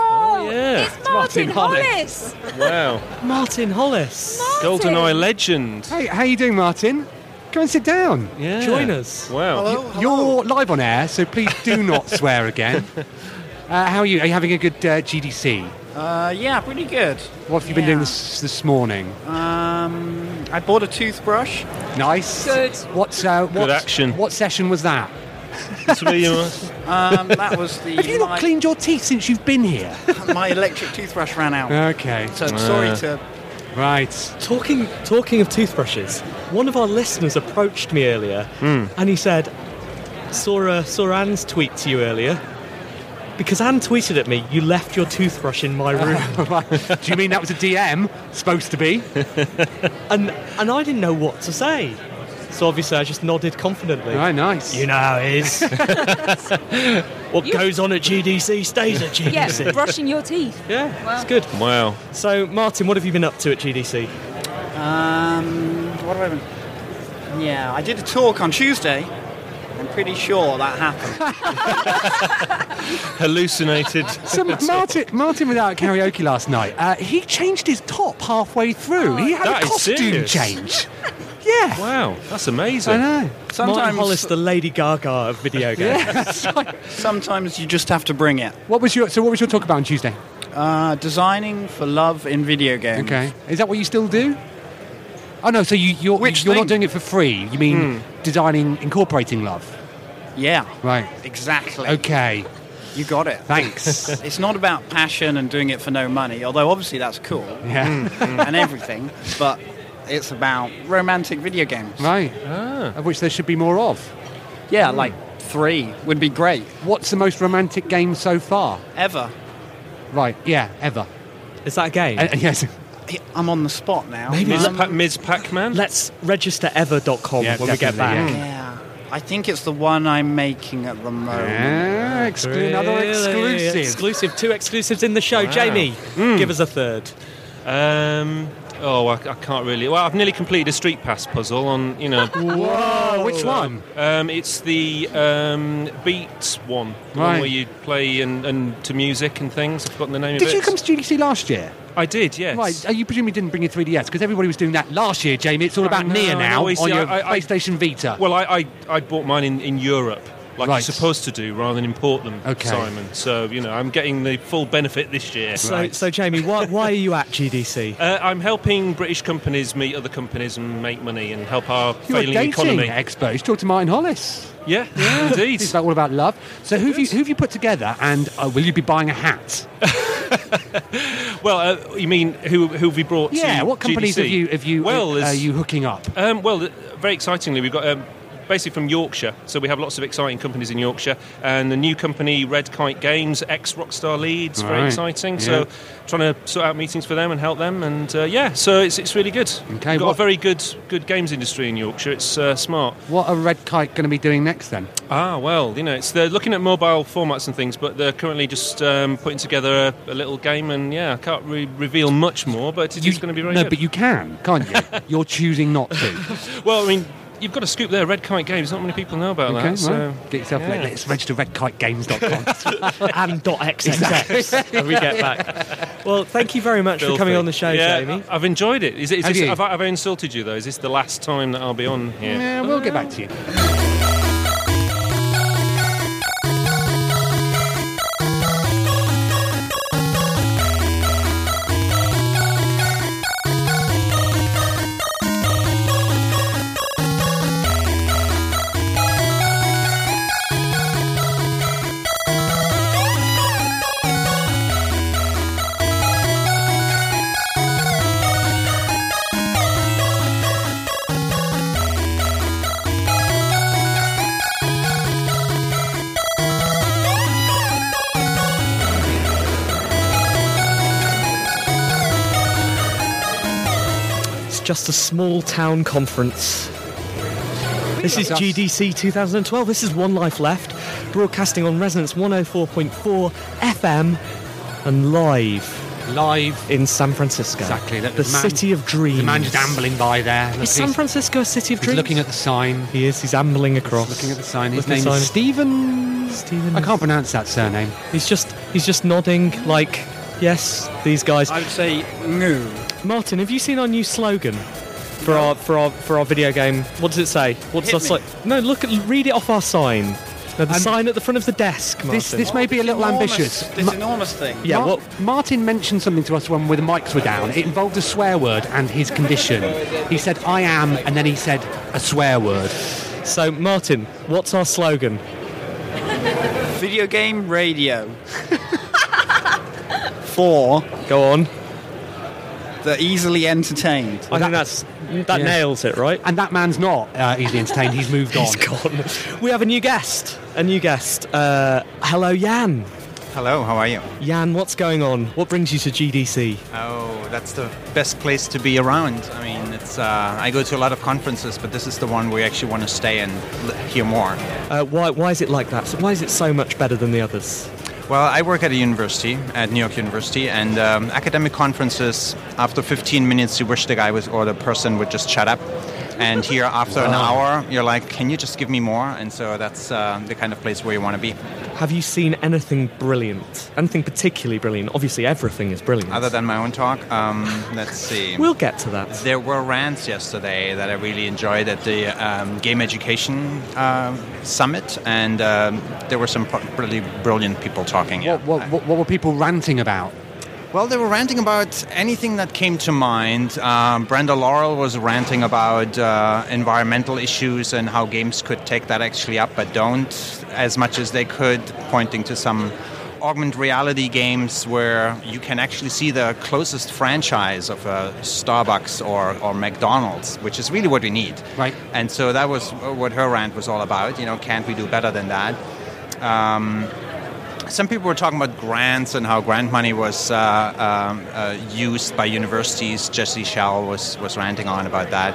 [SPEAKER 3] Whoa,
[SPEAKER 9] yeah.
[SPEAKER 3] it's
[SPEAKER 9] It's
[SPEAKER 3] Martin,
[SPEAKER 1] Martin Hollis.
[SPEAKER 3] Hollis.
[SPEAKER 9] wow.
[SPEAKER 1] Martin Hollis.
[SPEAKER 9] GoldenEye legend.
[SPEAKER 2] Hey, how you doing, Martin? Go and sit down.
[SPEAKER 9] Yeah. Join us. Wow. Hello,
[SPEAKER 2] You- You're live on air, so please do
[SPEAKER 9] <laughs>
[SPEAKER 2] not swear again. Uh, how are you? Are you having a good uh, GDC?
[SPEAKER 10] Uh, yeah, pretty good.
[SPEAKER 2] What have you been doing this, this morning?
[SPEAKER 10] Um, I bought a toothbrush.
[SPEAKER 2] Nice. Good. What's uh, what,
[SPEAKER 10] Good action.
[SPEAKER 2] What session was that? <laughs>
[SPEAKER 10] um, that was the.
[SPEAKER 2] Have you not
[SPEAKER 10] my,
[SPEAKER 2] cleaned your teeth since you've been here?
[SPEAKER 10] <laughs> my electric toothbrush ran out.
[SPEAKER 2] Okay.
[SPEAKER 10] So I'm sorry
[SPEAKER 1] Ah.
[SPEAKER 10] to.
[SPEAKER 2] Right.
[SPEAKER 1] Talking talking of toothbrushes, one of our listeners approached me earlier
[SPEAKER 2] Hmm.
[SPEAKER 1] and he said, "Saw uh, saw Anne's tweet to you earlier." Because Anne tweeted at me, you left your toothbrush in my room.
[SPEAKER 2] <laughs> Do you mean that was a DM? Supposed to be.
[SPEAKER 1] <laughs> and and I didn't know what to say. So obviously I just nodded confidently.
[SPEAKER 2] Right, nice.
[SPEAKER 1] You know how it
[SPEAKER 2] <laughs>
[SPEAKER 1] is. what goes on at GDC stays at GDC.
[SPEAKER 3] yeah, <laughs> brushing your teeth.
[SPEAKER 1] Yeah,
[SPEAKER 3] wow.
[SPEAKER 1] It's good.
[SPEAKER 9] Wow.
[SPEAKER 1] So, Martin, what have you been up to at GDC?
[SPEAKER 10] Um, what have I been? Yeah, I did a talk on Tuesday. I'm pretty sure that
[SPEAKER 2] <laughs>
[SPEAKER 10] happened.
[SPEAKER 9] Hallucinated.
[SPEAKER 2] So Martin, Martin was out at karaoke last night. Uh, he changed his top halfway through. he had
[SPEAKER 9] Ah, That
[SPEAKER 2] a
[SPEAKER 9] is
[SPEAKER 2] costume
[SPEAKER 9] serious.
[SPEAKER 2] change. Yeah.
[SPEAKER 9] Wow, that's amazing.
[SPEAKER 2] I know.
[SPEAKER 1] Martin
[SPEAKER 10] Sometimes-
[SPEAKER 1] Hollis, the Lady Gaga of
[SPEAKER 10] <laughs>
[SPEAKER 1] video games.
[SPEAKER 10] Sometimes you just have to bring it.
[SPEAKER 2] What was your so? What was your talk about on Tuesday?
[SPEAKER 10] Uh, designing for love in video games.
[SPEAKER 2] Okay. Is that what you still do? Oh no. So you, you're you're not doing it for free. You mean
[SPEAKER 10] Hmm.
[SPEAKER 2] designing, incorporating love.
[SPEAKER 10] Yeah,
[SPEAKER 2] Right.
[SPEAKER 10] exactly.
[SPEAKER 2] Okay.
[SPEAKER 10] You got it.
[SPEAKER 2] Thanks.
[SPEAKER 10] <laughs> it's not about passion and doing it for no money, although obviously that's cool Mm,
[SPEAKER 2] Yeah.
[SPEAKER 10] and everything, but it's about romantic video games.
[SPEAKER 2] Right.
[SPEAKER 9] Ah.
[SPEAKER 2] Of which there should be more of.
[SPEAKER 10] Yeah, like three would be great.
[SPEAKER 2] What's the most romantic game so far?
[SPEAKER 10] Ever.
[SPEAKER 2] Right. Yeah. Ever.
[SPEAKER 1] Is that a game?
[SPEAKER 2] Uh, yes.
[SPEAKER 10] <laughs> I'm on the spot now.
[SPEAKER 1] Maybe
[SPEAKER 10] Um,
[SPEAKER 1] it's
[SPEAKER 9] Pac- Ms. Pac-Man.
[SPEAKER 1] Let's register ever.com
[SPEAKER 2] Yeah,
[SPEAKER 1] when we get
[SPEAKER 2] definitely,
[SPEAKER 1] back.
[SPEAKER 10] yeah. I think it's the one I'm making at the moment.
[SPEAKER 2] Yeah, exclu- another
[SPEAKER 1] Really?
[SPEAKER 2] exclusive.
[SPEAKER 1] Exclusive. Two exclusives in the show.
[SPEAKER 9] Wow. Hmm.
[SPEAKER 1] Jamie, give us a third.
[SPEAKER 9] Um, oh, I, I can't really. Well, I've nearly completed a Street Pass puzzle on, you know.
[SPEAKER 2] <laughs> Whoa, which
[SPEAKER 9] So,
[SPEAKER 2] one?
[SPEAKER 9] Um, it's the um, Beats one, the one
[SPEAKER 2] Right.
[SPEAKER 9] where you play and, and to music and things. I've forgotten the name of
[SPEAKER 2] Did
[SPEAKER 9] it.
[SPEAKER 2] you come to GDC last year?
[SPEAKER 9] I did, yes.
[SPEAKER 2] Right, uh, you presumably didn't bring your 3DS because everybody was doing that last year, Jamie. It's all about
[SPEAKER 9] know,
[SPEAKER 2] Nia
[SPEAKER 9] I
[SPEAKER 2] now
[SPEAKER 9] know, you see,
[SPEAKER 2] on your
[SPEAKER 9] I- I-
[SPEAKER 2] PlayStation Vita.
[SPEAKER 9] Well, I, I, I bought mine in, in Europe, like
[SPEAKER 2] Right.
[SPEAKER 9] you're supposed to do, rather than import them,
[SPEAKER 2] Okay.
[SPEAKER 9] Simon. So, you know, I'm getting the full benefit this year.
[SPEAKER 1] Mm. So, so Jamie, why, why are you at
[SPEAKER 2] <laughs>
[SPEAKER 1] GDC?
[SPEAKER 9] Uh, I'm helping British companies meet other companies and make money and help our
[SPEAKER 2] You're a
[SPEAKER 9] failing
[SPEAKER 2] dating
[SPEAKER 9] economy.
[SPEAKER 2] expert. You should talk to Martin Hollis.
[SPEAKER 9] Yeah, indeed.
[SPEAKER 2] It's about all about love. So who have, you, who have you put together, and uh, will you be buying a hat?
[SPEAKER 9] Well, uh, you mean who who have we brought?
[SPEAKER 2] yeah.
[SPEAKER 9] to
[SPEAKER 2] What companies
[SPEAKER 9] GDC?
[SPEAKER 2] have you have you
[SPEAKER 9] Well,
[SPEAKER 2] uh, are
[SPEAKER 9] there's-
[SPEAKER 2] you hooking up?
[SPEAKER 9] Um, well, th- very excitingly, we've got um, basically from Yorkshire, so we have lots of exciting companies in Yorkshire, and the new company Red Kite Games, ex Rockstar Leeds, very
[SPEAKER 2] Right,
[SPEAKER 9] exciting.
[SPEAKER 2] yeah.
[SPEAKER 9] So trying to sort out meetings for them and help them, and uh, yeah, so it's, it's really good.
[SPEAKER 2] Okay,
[SPEAKER 9] we've got
[SPEAKER 2] what-
[SPEAKER 9] a very good good games industry in Yorkshire. It's uh, smart.
[SPEAKER 2] What are Red Kite going to be doing next then?
[SPEAKER 9] Ah, well, you know, it's they're looking at mobile formats and things, but they're currently just um, putting together a, a little game, and yeah, I can't re- reveal much more, but it is going to be very
[SPEAKER 2] no,
[SPEAKER 9] good.
[SPEAKER 2] but you can, can't you? You're choosing not to.
[SPEAKER 9] Well, I mean, you've got a scoop there, Red Kite Games. Not many people know about
[SPEAKER 2] Okay,
[SPEAKER 9] that. So.
[SPEAKER 2] right. Get yourself.
[SPEAKER 9] yeah.
[SPEAKER 2] Let's register redkitegames.com.
[SPEAKER 1] and .xxx
[SPEAKER 9] <laughs>
[SPEAKER 1] when we get back. Well, thank you very much for coming on the show,
[SPEAKER 9] yeah,
[SPEAKER 1] Jamie.
[SPEAKER 9] I've enjoyed it. Is, it, is
[SPEAKER 2] Have
[SPEAKER 9] this,
[SPEAKER 2] you?
[SPEAKER 9] have, I, have I insulted you though? Is this the last time that I'll be on here?
[SPEAKER 2] Yeah, we'll get back to you.
[SPEAKER 1] It's just a small town conference. This is
[SPEAKER 2] Just-
[SPEAKER 1] GDC 2012. This is One Life Left, broadcasting on Resonance 104.4 FM and live
[SPEAKER 2] Live.
[SPEAKER 1] in San Francisco.
[SPEAKER 2] Exactly. Look,
[SPEAKER 1] The
[SPEAKER 2] there's a man-
[SPEAKER 1] city of dreams.
[SPEAKER 2] The man's ambling by there. Look,
[SPEAKER 1] Is San
[SPEAKER 2] he's-
[SPEAKER 1] Francisco a city of
[SPEAKER 2] He's
[SPEAKER 1] dreams?
[SPEAKER 2] looking at the sign.
[SPEAKER 1] He is. He's ambling across.
[SPEAKER 2] Looking at the sign. His
[SPEAKER 1] Look
[SPEAKER 2] name
[SPEAKER 1] at the
[SPEAKER 2] is
[SPEAKER 1] sign.
[SPEAKER 2] Stephen.
[SPEAKER 1] Stephen
[SPEAKER 2] I
[SPEAKER 1] is-
[SPEAKER 2] can't pronounce that surname.
[SPEAKER 1] He's just. He's just nodding like, yes, these guys.
[SPEAKER 10] I would say no.
[SPEAKER 1] Martin, have you seen our new slogan? for our for our for our video game. What does it say? What's
[SPEAKER 2] Hit
[SPEAKER 1] our
[SPEAKER 2] me.
[SPEAKER 1] sign? No, look, at, read it off our sign. No, the
[SPEAKER 2] Um,
[SPEAKER 1] sign at the front of the desk. Martin.
[SPEAKER 2] This, this may be a little ambitious.
[SPEAKER 10] This enormous thing.
[SPEAKER 1] Yeah,
[SPEAKER 2] Mar- Martin mentioned something to us when the mics were down. It involved a swear word and his condition. He said, I am, and then he said a swear word.
[SPEAKER 1] So, Martin, what's our slogan?
[SPEAKER 10] Video game
[SPEAKER 1] <laughs>
[SPEAKER 10] radio. For
[SPEAKER 1] go on.
[SPEAKER 10] The easily entertained.
[SPEAKER 1] I think that's that nails it, right?
[SPEAKER 2] And that man's not uh, easily entertained. He's moved
[SPEAKER 1] <laughs>
[SPEAKER 2] on.
[SPEAKER 1] He's gone. We have a new guest. A new guest. Uh, hello, Jan.
[SPEAKER 11] Hello, how are you?
[SPEAKER 1] Jan, what's going on? What brings you to GDC?
[SPEAKER 11] Oh, that's the best place to be around. I mean, it's uh, I go to a lot of conferences, but this is the one where you actually want to stay and l- hear more.
[SPEAKER 1] Uh, why, why is it like that? Why is it so much better than the others?
[SPEAKER 11] Well, I work at a university, at New York University, and um, academic conferences, after 15 minutes, you wish the guy was, or the person would just shut up. And here, after an
[SPEAKER 1] Wow.
[SPEAKER 11] hour, you're like, can you just give me more? And so that's uh, the kind of place where you want to be.
[SPEAKER 1] Have you seen anything brilliant? Anything particularly brilliant? Obviously, everything is brilliant.
[SPEAKER 11] Other than my own talk, um, let's see.
[SPEAKER 1] We'll get to that.
[SPEAKER 11] There were rants yesterday that I really enjoyed at the um, Game Education um Summit, and um, there were some pro- really brilliant people talking. yeah.
[SPEAKER 2] What, what, what, what were people ranting about?
[SPEAKER 11] Well, they were ranting about anything that came to mind. Um, Brenda Laurel was ranting about uh, environmental issues and how games could take that actually up, but don't as much as they could, pointing to some augmented reality games where you can actually see the closest franchise of a Starbucks or, or McDonald's, which is really what we need.
[SPEAKER 2] Right.
[SPEAKER 11] And so that was what her rant was all about. You know, can't we do better than that? Um, some people were talking about grants and how grant money was uh, um, uh, used by universities. Jesse Schell was, was ranting on about that.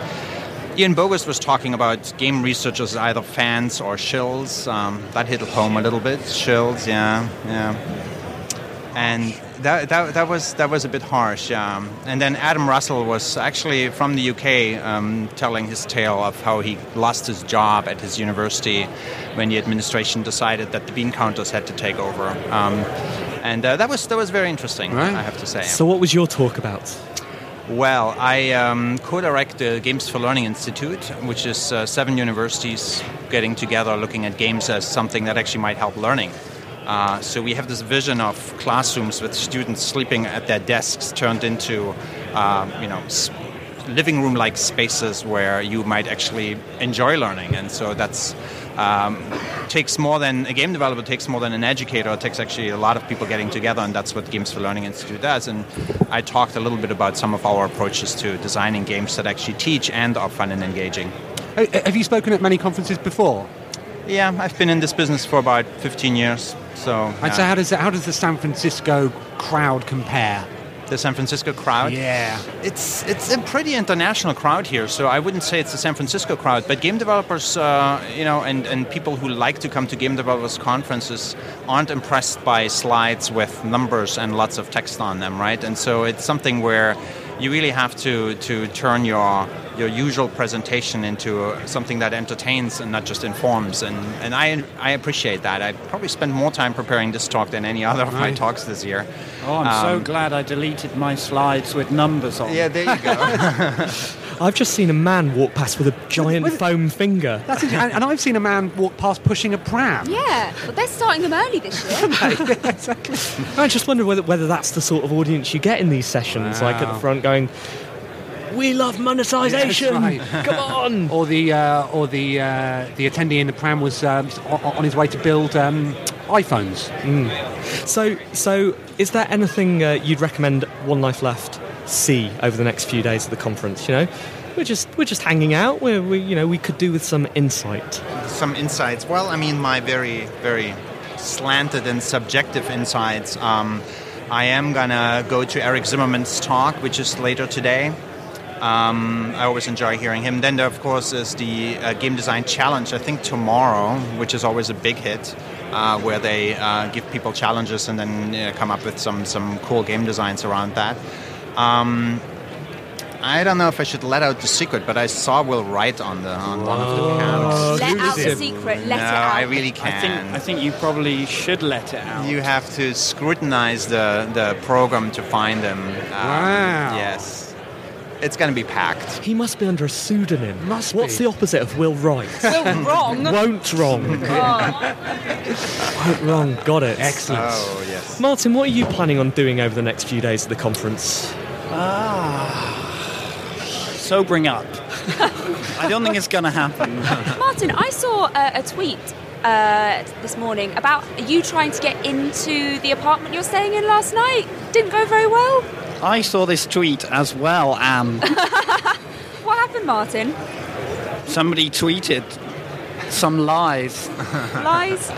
[SPEAKER 11] Ian Bogus was talking about game researchers, either fans or shills. Um, that hit home a little bit. Shills, yeah, yeah. And that, that, that, was, that was a bit harsh. Um, and then Adam Russell was actually from the UK um, telling his tale of how he lost his job at his university when the administration decided that the bean counters had to take over. Um, and uh, that, was, that was very interesting, I have to say.
[SPEAKER 1] So, what was your talk about?
[SPEAKER 11] Well, I um, co-direct the Games for Learning Institute, which is uh, seven universities getting together, looking at games as something that actually might help learning. Uh, so we have this vision of classrooms with students sleeping at their desks, turned into, um, you know. s living room like spaces where you might actually enjoy learning and so that's um, takes more than a game developer takes more than an educator it takes actually a lot of people getting together and that's what games for learning institute does and i talked a little bit about some of our approaches to designing games that actually teach and are fun and engaging
[SPEAKER 2] Oh, Have you spoken at many conferences before?
[SPEAKER 11] yeah i've been in this business for about 15 years so
[SPEAKER 2] And so, how does, how does the San Francisco crowd compare?
[SPEAKER 11] the San Francisco crowd.
[SPEAKER 2] Yeah.
[SPEAKER 11] It's it's a pretty international crowd here, so I wouldn't say it's the San Francisco crowd, but game developers, uh, you know, and, and people who like to come to game developers conferences aren't impressed by slides with numbers and lots of text on them, right? And so it's something where you really have to to turn your your usual presentation into something that entertains and not just informs and, and I, I appreciate that i probably spent more time preparing this talk than any other of my
[SPEAKER 10] Right.
[SPEAKER 11] talks this year
[SPEAKER 10] Oh, I'm so
[SPEAKER 11] Um,
[SPEAKER 10] glad I deleted my slides with numbers on.
[SPEAKER 11] Yeah, there you go.
[SPEAKER 1] I've just seen a man walk past with a giant foam finger.
[SPEAKER 2] That's interesting. and, and I've seen a man walk past pushing a pram.
[SPEAKER 3] Yeah, but they're starting them early this year.
[SPEAKER 2] exactly.
[SPEAKER 1] I just wonder whether, whether that's the sort of audience you get in these sessions, like at
[SPEAKER 2] Wow.
[SPEAKER 1] the front going, We love monetisation. <laughs> Come on!
[SPEAKER 2] <laughs> or the uh, or the uh, the attendee in the pram was um, o- o- on his way to build um, iPhones.
[SPEAKER 1] Mm. So, so is there anything uh, you'd recommend One Life Left see over the next few days of the conference? You know, we're just we're just hanging out. We're, we you know we could do with some insight.
[SPEAKER 11] some insights. Well, I mean, my very, very slanted and subjective insights. Um, I am gonna go to Eric Zimmerman's talk, which is later today. Um, I always enjoy hearing him. Then there, of course, is the uh, Game Design Challenge. I think tomorrow, which is always a big hit, uh, where they uh, give people challenges and then you know, come up with some some cool game designs around that. Um, I don't know if I should let out the secret, but I saw Will Wright on the on one of the panels.
[SPEAKER 3] Let out the secret. Let
[SPEAKER 11] no,
[SPEAKER 3] it out.
[SPEAKER 11] I really can't.
[SPEAKER 10] I think you probably should let it out.
[SPEAKER 11] you have to scrutinize the, the program to find them. Um,
[SPEAKER 10] Wow.
[SPEAKER 11] Yes. it's going to be packed.
[SPEAKER 1] He must be under a pseudonym. Must What's
[SPEAKER 11] be.
[SPEAKER 1] the opposite of Will Wright?
[SPEAKER 11] <laughs> Will Wrong. Oh.
[SPEAKER 1] Won't
[SPEAKER 11] <laughs>
[SPEAKER 1] wrong. Won't wrong. Got it.
[SPEAKER 11] Excellent. Oh, yes.
[SPEAKER 1] Martin, what are you planning on doing over the next few days of the conference?
[SPEAKER 10] <laughs> Ah. Sobering
[SPEAKER 1] <laughs>
[SPEAKER 10] up. I don't think it's going to happen.
[SPEAKER 3] Martin, I saw a, a tweet uh, this morning about you trying to get into the apartment you're staying in last night. Didn't go very well.
[SPEAKER 10] I saw this tweet as well, Anne.
[SPEAKER 3] What happened, Martin?
[SPEAKER 10] Somebody tweeted some lies.
[SPEAKER 3] Lies?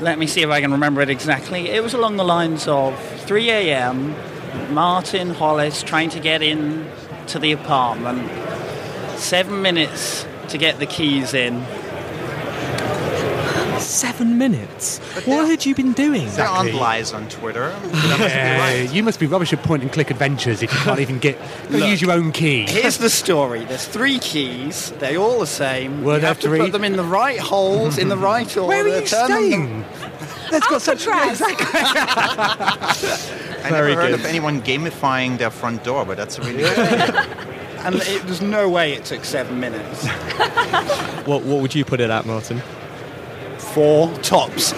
[SPEAKER 10] Let me see if I can remember it exactly. It was along the lines of 3 a.m. Martin Hollis trying to get in to the apartment. Seven minutes to get the keys in.
[SPEAKER 1] Seven minutes? What had you been doing?
[SPEAKER 11] There aren't lies on Twitter.
[SPEAKER 2] Yeah, you must be rubbish at point and click adventures if you can't even
[SPEAKER 1] <laughs>
[SPEAKER 2] get. Go
[SPEAKER 10] Look.
[SPEAKER 2] use your own key.
[SPEAKER 10] <laughs> Here's the story. There's three keys. They're all the same.
[SPEAKER 2] Word
[SPEAKER 10] you have
[SPEAKER 2] after
[SPEAKER 10] to put
[SPEAKER 2] each.
[SPEAKER 10] them in the right holes, in the right order.
[SPEAKER 2] <laughs> Where are you
[SPEAKER 10] turn them-
[SPEAKER 2] staying? <laughs> That's got such yeah, exactly. <laughs>
[SPEAKER 11] I
[SPEAKER 10] Very
[SPEAKER 11] never heard
[SPEAKER 10] good.
[SPEAKER 11] of anyone gamifying their front door, but that's a really good
[SPEAKER 10] <laughs> And it, there's no way it took seven minutes.
[SPEAKER 1] What, what would you put it at, Martin?
[SPEAKER 10] Four tops.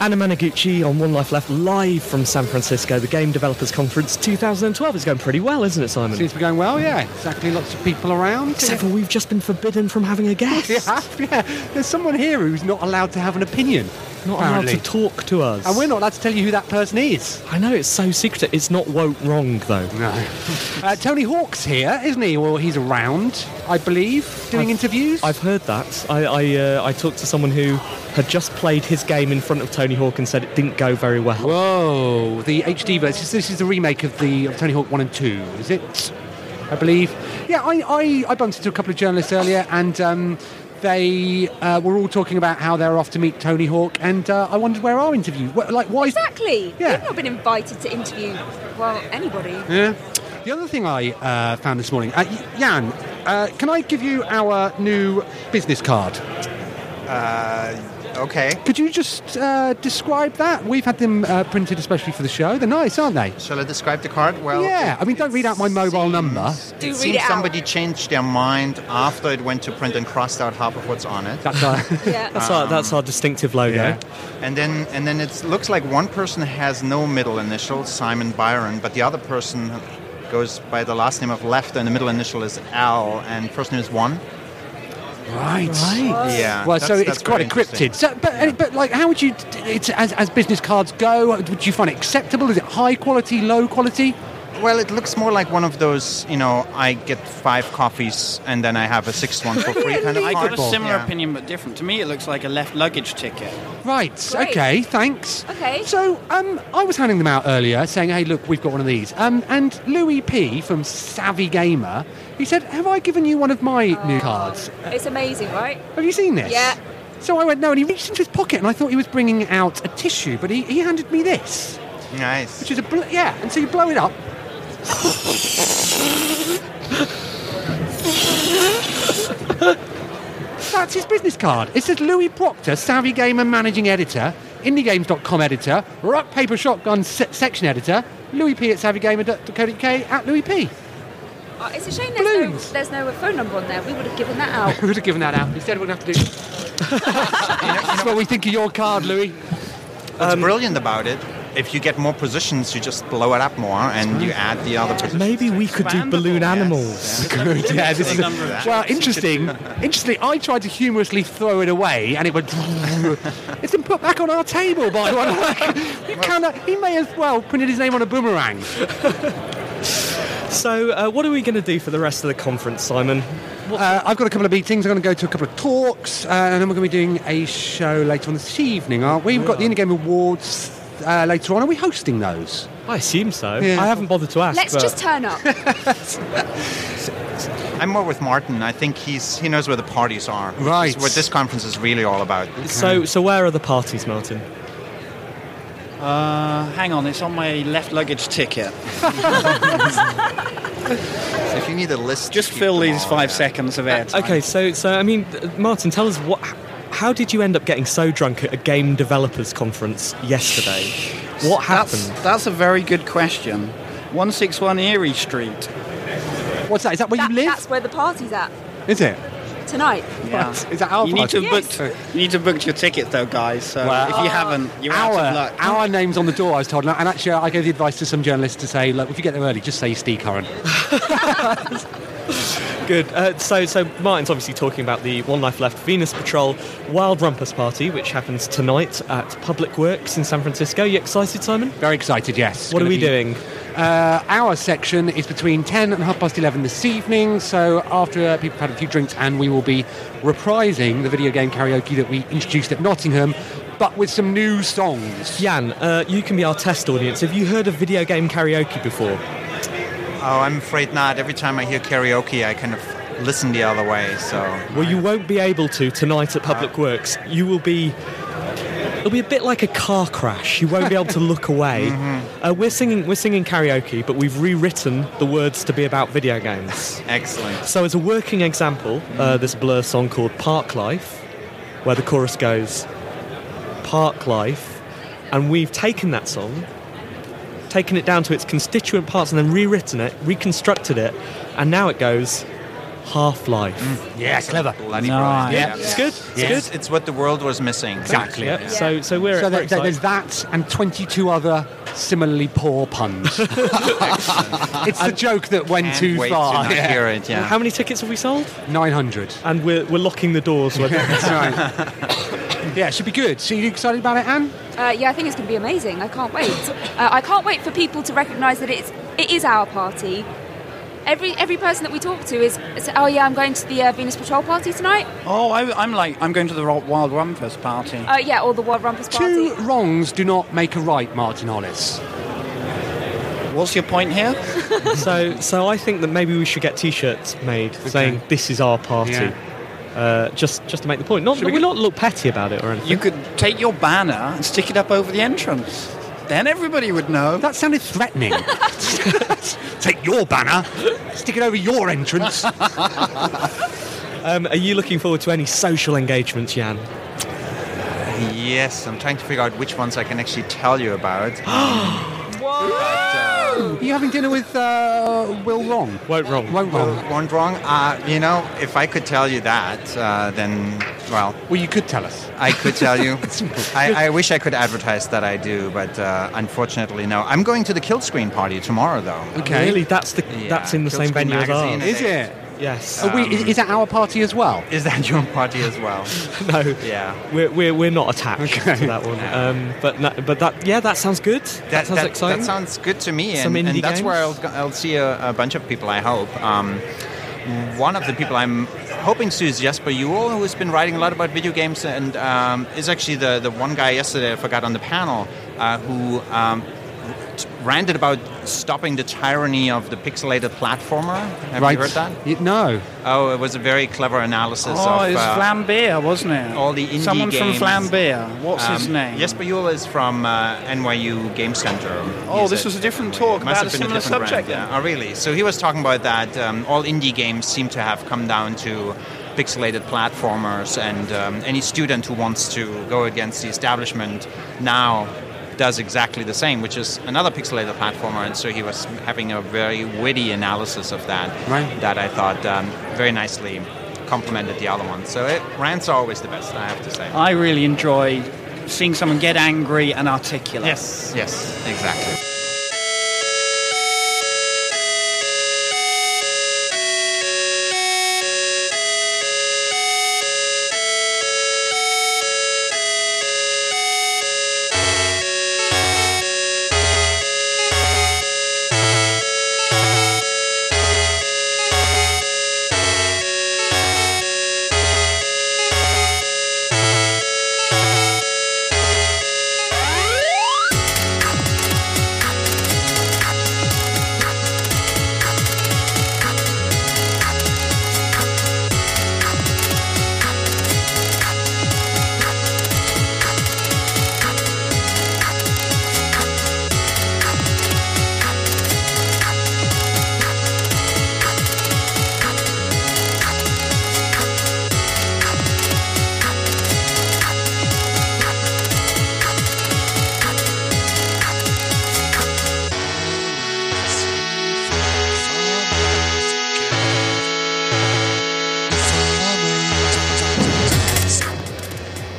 [SPEAKER 1] Anna Managuchi on One Life Left, live from San Francisco, the Game Developers Conference 2012. is going pretty well, isn't it, Simon?
[SPEAKER 2] Seems to be going well, yeah. Exactly, lots of people around.
[SPEAKER 1] Except for we've just been forbidden from having
[SPEAKER 2] <laughs>
[SPEAKER 1] a guest.
[SPEAKER 2] Yeah, yeah. There's someone here who's not allowed to have an opinion.
[SPEAKER 1] Not
[SPEAKER 2] apparently.
[SPEAKER 1] allowed to talk to us.
[SPEAKER 2] And we're not allowed to tell you who that person is.
[SPEAKER 1] I know, it's so secretive. It's not woke wrong, though.
[SPEAKER 2] No. <laughs> Uh, Tony Hawk's here, isn't he? Or he's around, I believe, doing interviews.
[SPEAKER 1] I've heard that. I I, uh, I talked to someone who had just played his game in front of Tony Hawk and said it didn't go very well.
[SPEAKER 2] Whoa, the HD version. This is the remake of the of Tony Hawk 1 and 2, is it? I believe. Yeah, I, I, I bumped into a couple of journalists earlier and um, they uh, were all talking about how they're off to meet Tony Hawk and uh, I wondered where our interview, wh- like why...
[SPEAKER 3] Exactly.
[SPEAKER 2] Yeah.
[SPEAKER 3] You've not been invited to interview, well, anybody.
[SPEAKER 2] Yeah. The other thing I uh, found this morning, uh, y- Jan, uh, can I give you our new business card?
[SPEAKER 11] Uh, okay.
[SPEAKER 2] Could you just uh, describe that? We've had them uh, printed especially for the show. They're nice, aren't they?
[SPEAKER 11] Shall I describe the card? Well,
[SPEAKER 2] yeah. I mean, don't read out my mobile number.
[SPEAKER 11] it seems somebody changed their mind after it went to print and crossed out half of what's on it.
[SPEAKER 1] That's our,
[SPEAKER 11] <laughs>
[SPEAKER 1] that's, our, that's our distinctive logo.
[SPEAKER 11] And then, and then it looks like one person has no middle initial, Simon Byron, but the other person goes by the last name of left, and the middle initial is Al, and first name is one.
[SPEAKER 2] Right.
[SPEAKER 11] Right. Yeah,
[SPEAKER 2] Well, so
[SPEAKER 11] that's-
[SPEAKER 2] it's
[SPEAKER 11] that's
[SPEAKER 2] quite
[SPEAKER 11] very
[SPEAKER 2] encrypted. So, but, uh, but like, how would you? It's as, as business cards go. Would you find it acceptable? Is it high quality, low quality?
[SPEAKER 11] Well, it looks more like one of those, you know, I get five coffees and then I have a sixth one for free kind of
[SPEAKER 10] I got a
[SPEAKER 11] card.
[SPEAKER 10] similar
[SPEAKER 11] Yeah.
[SPEAKER 10] opinion, but different. To me, it looks like a left luggage ticket.
[SPEAKER 2] Right.
[SPEAKER 10] Great.
[SPEAKER 2] Okay. Thanks.
[SPEAKER 10] Okay.
[SPEAKER 2] So, um, I was handing them out earlier, saying, "Hey, look, we've got one of these." Um, and Louis P from Savvy Gamer, he said, "Have I given you one of my new cards?
[SPEAKER 3] It's amazing, right?
[SPEAKER 2] Have you seen this?"
[SPEAKER 3] Yeah.
[SPEAKER 2] So I went no, and he reached into his pocket, and I thought he was bringing out a tissue, but he, he handed me this,
[SPEAKER 11] Nice.
[SPEAKER 2] which is a bl- yeah. And so you blow it up, That's his business card. It says Louis Proctor, Savvy Gamer Managing Editor, IndieGames.com Editor, Rock Paper Shotgun se- Section Editor, Louis P at SavvyGamer.co.uk at Louis P.
[SPEAKER 3] Oh, it's a shame there's no, there's no phone number on there. We would have given that
[SPEAKER 2] <laughs>
[SPEAKER 3] out.
[SPEAKER 2] we would have given that out. Instead, we're going to have to do. That's what we think of your card, Louis.
[SPEAKER 11] What's brilliant about it if you get more positions, you just blow it up more and you add the other positions.
[SPEAKER 1] Maybe we could do balloon animals.
[SPEAKER 2] Good, yeah, this is well interesting. interesting. I tried to humorously throw it away, and it went. <laughs> it's been put back on our table by one. you cannot. <laughs> He may as well printed his name on a boomerang.
[SPEAKER 1] So, uh, what are we going to do for the rest of the conference, Simon?
[SPEAKER 2] Uh, I've got a couple of meetings. I'm going to go to a couple of talks, uh, and then we're going to be doing a show later on this evening, aren't we? We've got the Indie Awards uh, later on. Are we hosting those?
[SPEAKER 1] I assume so.
[SPEAKER 2] Yeah.
[SPEAKER 1] I haven't bothered to ask.
[SPEAKER 3] Let's
[SPEAKER 11] but-
[SPEAKER 3] just turn up.
[SPEAKER 11] I'm more with Martin. I think he's he knows where the parties are.
[SPEAKER 1] Right.
[SPEAKER 11] This is what this conference is really all about.
[SPEAKER 1] So, so where are the parties, Martin?
[SPEAKER 10] Uh, hang on, it's on my left luggage ticket.
[SPEAKER 11] if you need a list,
[SPEAKER 10] just fill these five seconds of airtime.
[SPEAKER 1] Okay, so so I mean, uh, Martin, tell us what. How did you end up getting so drunk at a game developers conference yesterday? what happened?
[SPEAKER 10] That's, that's a very good question. 161 Erie Street.
[SPEAKER 2] What's that? Is that where
[SPEAKER 3] you live? That's where the party's at
[SPEAKER 2] Is it?
[SPEAKER 3] tonight.
[SPEAKER 10] Yeah.
[SPEAKER 2] Is that our
[SPEAKER 10] you need to have
[SPEAKER 3] party?
[SPEAKER 10] booked, You need to have booked your ticket though, guys. So
[SPEAKER 2] Well,
[SPEAKER 10] if you haven't, you're
[SPEAKER 2] our,
[SPEAKER 10] out of luck.
[SPEAKER 2] Uh, Our name's on the door, I was told. And actually, uh, I gave the advice to some journalists to say, look, if you get there early, just say Steve Curran.
[SPEAKER 1] Good. Uh, so, so Martin's obviously talking about the One Life Left Venus Patrol Wild Rumpus Party, which happens tonight at Public Works in San Francisco. You excited, Simon?
[SPEAKER 2] Very excited. Yes.
[SPEAKER 1] What are
[SPEAKER 2] Gonna
[SPEAKER 1] we
[SPEAKER 2] be-
[SPEAKER 1] doing?
[SPEAKER 2] Uh, our section is between 10 and half past 11 this evening. So after uh, people have had a few drinks, and we will be reprising the video game karaoke that we introduced at Nottingham, but with some new songs.
[SPEAKER 1] Jan, uh, you can be our test audience. Have you heard of video game karaoke before?
[SPEAKER 11] Oh, I'm afraid not. Every time I hear karaoke, I kind of listen the other way. So
[SPEAKER 1] Well, you won't be able to tonight at Public Works. You will be. It'll be a bit like a car crash. You won't be able to look away. Uh, we're singing. We're singing karaoke, but we've rewritten the words to be about video games.
[SPEAKER 11] excellent.
[SPEAKER 1] So, as a working example, uh, this Blur song called Park Life, where the chorus goes, Park Life, and we've taken that song, taken it down to its constituent parts, and then rewritten it, reconstructed it, and now it goes, Half Life.
[SPEAKER 2] Yeah, clever.
[SPEAKER 11] Bloody
[SPEAKER 1] Nice.
[SPEAKER 11] brilliant.
[SPEAKER 1] Yeah, it's good, it's
[SPEAKER 11] Yes.
[SPEAKER 1] good.
[SPEAKER 11] It's, what the world was missing.
[SPEAKER 2] Exactly.
[SPEAKER 1] Yeah, so- so we're-
[SPEAKER 2] So there-
[SPEAKER 1] we're
[SPEAKER 2] there- there's
[SPEAKER 1] excited.
[SPEAKER 2] that and 22 other similarly poor puns. <laughs>
[SPEAKER 11] <laughs>
[SPEAKER 2] it's the joke that went
[SPEAKER 1] Can't
[SPEAKER 2] too
[SPEAKER 1] wait to
[SPEAKER 2] far. <laughs>
[SPEAKER 1] not hear it, yeah. How many tickets have we sold?
[SPEAKER 2] 900.
[SPEAKER 1] And we're, we're locking the
[SPEAKER 2] <laughs>
[SPEAKER 1] doors. With
[SPEAKER 2] That's right. <laughs> yeah, it should be good. So you excited about it, Anne?
[SPEAKER 3] Uh, yeah, I think it's going to be amazing. I can't wait. Uh, I can't wait for people to recognise that it's it is our party. Every every person that we talk to is, is, oh yeah, I'm going to the uh, Venus Patrol party tonight.
[SPEAKER 10] Oh, I, I'm like, I'm going to the Ro- Wild Rumpus party.
[SPEAKER 3] Uh, yeah, or the Wild Rumpus party.
[SPEAKER 2] Two wrongs do not make a right, Martin Hollis.
[SPEAKER 10] What's your point here?
[SPEAKER 1] <laughs> so, so I think that maybe we should get T-shirts made saying "This is our party," uh, just just to make the point. Not
[SPEAKER 10] Should
[SPEAKER 1] we
[SPEAKER 10] we
[SPEAKER 1] are
[SPEAKER 10] get-
[SPEAKER 1] not look petty about it or anything.
[SPEAKER 10] You could take your banner and stick it up over the entrance. Then everybody would know.
[SPEAKER 2] That
[SPEAKER 10] <laughs>
[SPEAKER 2] sounded threatening. Take your banner, stick it over your entrance.
[SPEAKER 1] <laughs>
[SPEAKER 2] <laughs>
[SPEAKER 1] Um, are you looking forward to any social engagements, Jan?
[SPEAKER 11] Yes, I'm trying to figure out which ones I can actually tell
[SPEAKER 1] <gasps>
[SPEAKER 11] you about.
[SPEAKER 2] Are you having dinner with uh, Will Wrong?
[SPEAKER 1] Won't wrong.
[SPEAKER 2] Won't
[SPEAKER 11] Well,
[SPEAKER 2] wrong.
[SPEAKER 11] one wrong. Uh, you know, if I could tell you that, uh, then well.
[SPEAKER 2] Well, you could tell us.
[SPEAKER 11] I could tell
[SPEAKER 1] <laughs>
[SPEAKER 11] you.
[SPEAKER 2] <laughs>
[SPEAKER 11] <laughs> I, I wish I could advertise that I do, but uh, unfortunately, no. I'm going to the kill screen party tomorrow, though.
[SPEAKER 2] Okay.
[SPEAKER 1] Oh, Really, that's the that's in the
[SPEAKER 11] Kill
[SPEAKER 1] same
[SPEAKER 11] Screen
[SPEAKER 1] venue as
[SPEAKER 11] magazine
[SPEAKER 1] ours.
[SPEAKER 11] is
[SPEAKER 2] Is it?
[SPEAKER 1] Yes.
[SPEAKER 2] Are we- is, is that our party as well?
[SPEAKER 11] Is that your party as well?
[SPEAKER 1] <laughs> no.
[SPEAKER 11] Yeah.
[SPEAKER 1] We're, we're, we're not attached to that one. Um, but no, but that yeah, that sounds good. That, sounds exciting.
[SPEAKER 11] That sounds good to me,
[SPEAKER 1] Some
[SPEAKER 11] and, and
[SPEAKER 1] indie
[SPEAKER 11] that's where I'll,
[SPEAKER 1] games?
[SPEAKER 11] I'll see a, a bunch of people. I hope. Um, one of the people I'm hoping to is Jasper Ewell, who's been writing a lot about video games, and um, is actually the the one guy yesterday I forgot on the panel uh, who. Um, t- Ranted about stopping the tyranny of the pixelated platformer. Have
[SPEAKER 2] right.
[SPEAKER 11] you heard that?
[SPEAKER 2] Y- no.
[SPEAKER 11] Oh, it was a very clever analysis.
[SPEAKER 10] Oh,
[SPEAKER 11] of,
[SPEAKER 10] it's
[SPEAKER 11] uh,
[SPEAKER 10] Flambeer, wasn't it?
[SPEAKER 11] all the indie
[SPEAKER 10] Someone
[SPEAKER 11] games.
[SPEAKER 10] from Flambeer. What's his
[SPEAKER 11] Um,
[SPEAKER 10] name?
[SPEAKER 11] Jesper Ewell is from uh, NYU Game Center.
[SPEAKER 10] Oh,
[SPEAKER 11] He's
[SPEAKER 10] this was a different talk
[SPEAKER 11] must
[SPEAKER 10] about
[SPEAKER 11] have
[SPEAKER 10] a
[SPEAKER 11] been
[SPEAKER 10] similar
[SPEAKER 11] different brand,
[SPEAKER 10] subject.
[SPEAKER 11] yeah. Oh, really? So he was talking about that um, all indie games seem to have come down to pixelated platformers, and um, any student who wants to go against the establishment now does exactly the same, which is another pixelated platformer. And so he was having a very witty analysis of that,
[SPEAKER 2] Right.
[SPEAKER 11] that I thought um, very nicely complemented the other one. So it, rants are always the best, I have to say.
[SPEAKER 10] I really enjoy seeing someone get angry and articulate.
[SPEAKER 11] Yes, yes, exactly.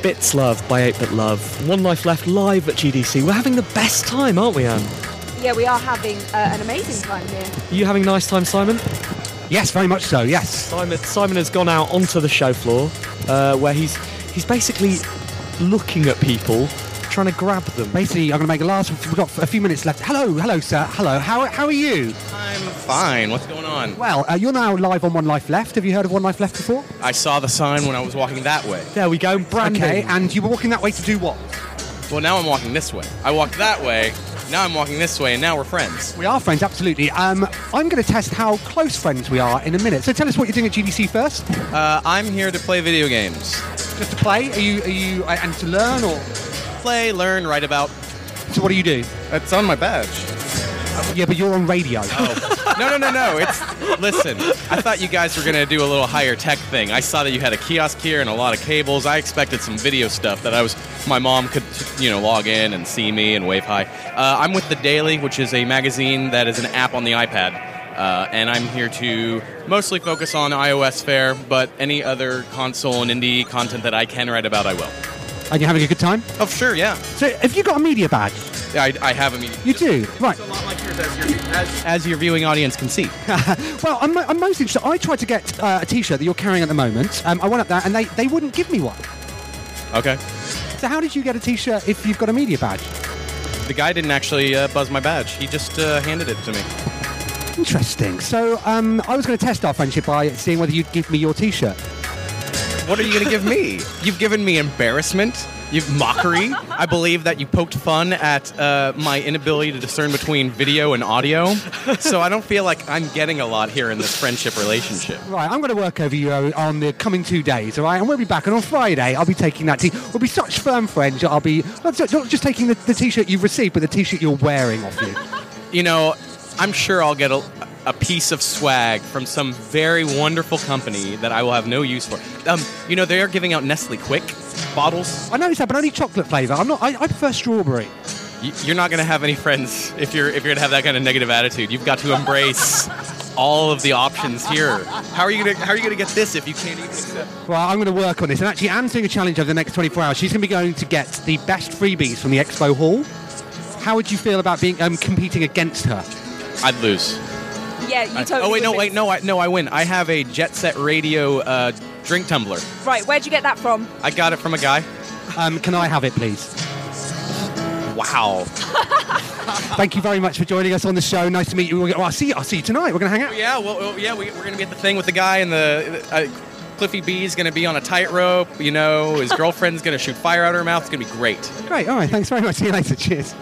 [SPEAKER 1] Bits Love by 8 Bit Love. One Life Left live at GDC. We're having the best time, aren't we, Anne?
[SPEAKER 3] Yeah, we are having uh, an amazing time here.
[SPEAKER 1] You having a nice time, Simon?
[SPEAKER 2] Yes, very much so. Yes.
[SPEAKER 1] Simon, Simon has gone out onto the show floor, uh, where he's he's basically looking at people, trying to grab them.
[SPEAKER 2] Basically, I'm going to make a last. We've got a few minutes left. Hello, hello, sir. Hello. How, how are you?
[SPEAKER 12] I'm fine. What's going on?
[SPEAKER 2] Well, uh, you're now live on One Life Left. Have you heard of One Life Left before?
[SPEAKER 12] I saw the sign when I was walking that way.
[SPEAKER 1] There we go. Brandon.
[SPEAKER 2] Okay, and you were walking that way to do what?
[SPEAKER 12] Well, now I'm walking this way. I walked that way. Now I'm walking this way, and now we're friends.
[SPEAKER 2] We are friends, absolutely. Um, I'm going to test how close friends we are in a minute. So tell us what you're doing at GDC first.
[SPEAKER 12] Uh, I'm here to play video games.
[SPEAKER 2] Just to play? Are you? Are you? uh, And to learn or?
[SPEAKER 12] Play, learn, write about.
[SPEAKER 2] So what do you do?
[SPEAKER 12] It's on my badge. Oh.
[SPEAKER 2] Yeah, but you're on radio.
[SPEAKER 12] no, no, no, no. It's listen. I thought you guys were gonna do a little higher tech thing. I saw that you had a kiosk here and a lot of cables. I expected some video stuff that I was my mom could you know log in and see me and wave hi. Uh, I'm with the Daily, which is a magazine that is an app on the iPad. Uh, and I'm here to mostly focus on iOS fare, but any other console and indie content that I can write about, I will.
[SPEAKER 2] <laughs> And you're having a good time?
[SPEAKER 12] Oh, sure, yeah.
[SPEAKER 2] So have you got a media badge?
[SPEAKER 12] I, I have a meeting.
[SPEAKER 2] You do, right?
[SPEAKER 12] As, as your viewing audience can see.
[SPEAKER 2] <laughs> well, I'm, I'm most interested. I tried to get uh, a T-shirt that you're carrying at the moment. Um, I went up there and they, they wouldn't give me one.
[SPEAKER 12] Okay.
[SPEAKER 2] So how did you get a T-shirt if you've got a media badge?
[SPEAKER 12] The guy didn't actually uh, buzz my badge. He just uh, handed it to me.
[SPEAKER 2] Interesting. So um, I was going to test our friendship by seeing whether you'd give me your T-shirt.
[SPEAKER 12] What are you going to give me? <laughs> You've given me embarrassment. You've mockery. I believe that you poked fun at uh, my inability to discern between video and audio. So I don't feel like I'm getting a lot here in this friendship relationship.
[SPEAKER 2] Right, I'm going to work over you uh, on the coming two days, all right? And we'll be back. And on Friday, I'll be taking that T. We'll be such firm friends. that I'll be not, ju- not just taking the, the T-shirt you've received, but the T-shirt you're wearing off you.
[SPEAKER 12] You know, I'm sure I'll get a, a piece of swag from some very wonderful company that I will have no use for. Um, you know, they are giving out Nestle Quick bottles.
[SPEAKER 2] I noticed that, but only chocolate flavour. I'm not. I, I prefer strawberry.
[SPEAKER 12] Y- You're not going to have any friends if you're if you're going to have that kind of negative attitude. You've got to embrace all of the options here. How are you going to how are you going to get this if you can't even accept?
[SPEAKER 2] Well, I'm going to work on this. And actually, Anne's doing a challenge over the next 24 hours. She's going to be going to get the best freebies from the expo hall. How would you feel about being um, competing against her?
[SPEAKER 12] I'd lose.
[SPEAKER 3] Yeah, you totally.
[SPEAKER 12] oh wait, no,
[SPEAKER 3] would
[SPEAKER 12] wait,
[SPEAKER 3] be-
[SPEAKER 12] no, I, no, I win. I have a Jet Set Radio uh, drink tumbler.
[SPEAKER 3] Right, where'd you get that from?
[SPEAKER 12] I got it from a guy.
[SPEAKER 2] Um, can I have it, please?
[SPEAKER 12] Wow.
[SPEAKER 2] Thank you very much for joining us on the show. Nice to meet you. We'll, well, I'll see you. I'll see you tonight. We're going to hang out.
[SPEAKER 12] Yeah, well, well, yeah, we, we're gonna be at the thing with the guy and the uh, Cliffy B is gonna be on a tightrope. You know, his girlfriend's gonna shoot fire out of her mouth. It's gonna be great.
[SPEAKER 2] Great. All right. Thanks very much. See you later. Cheers.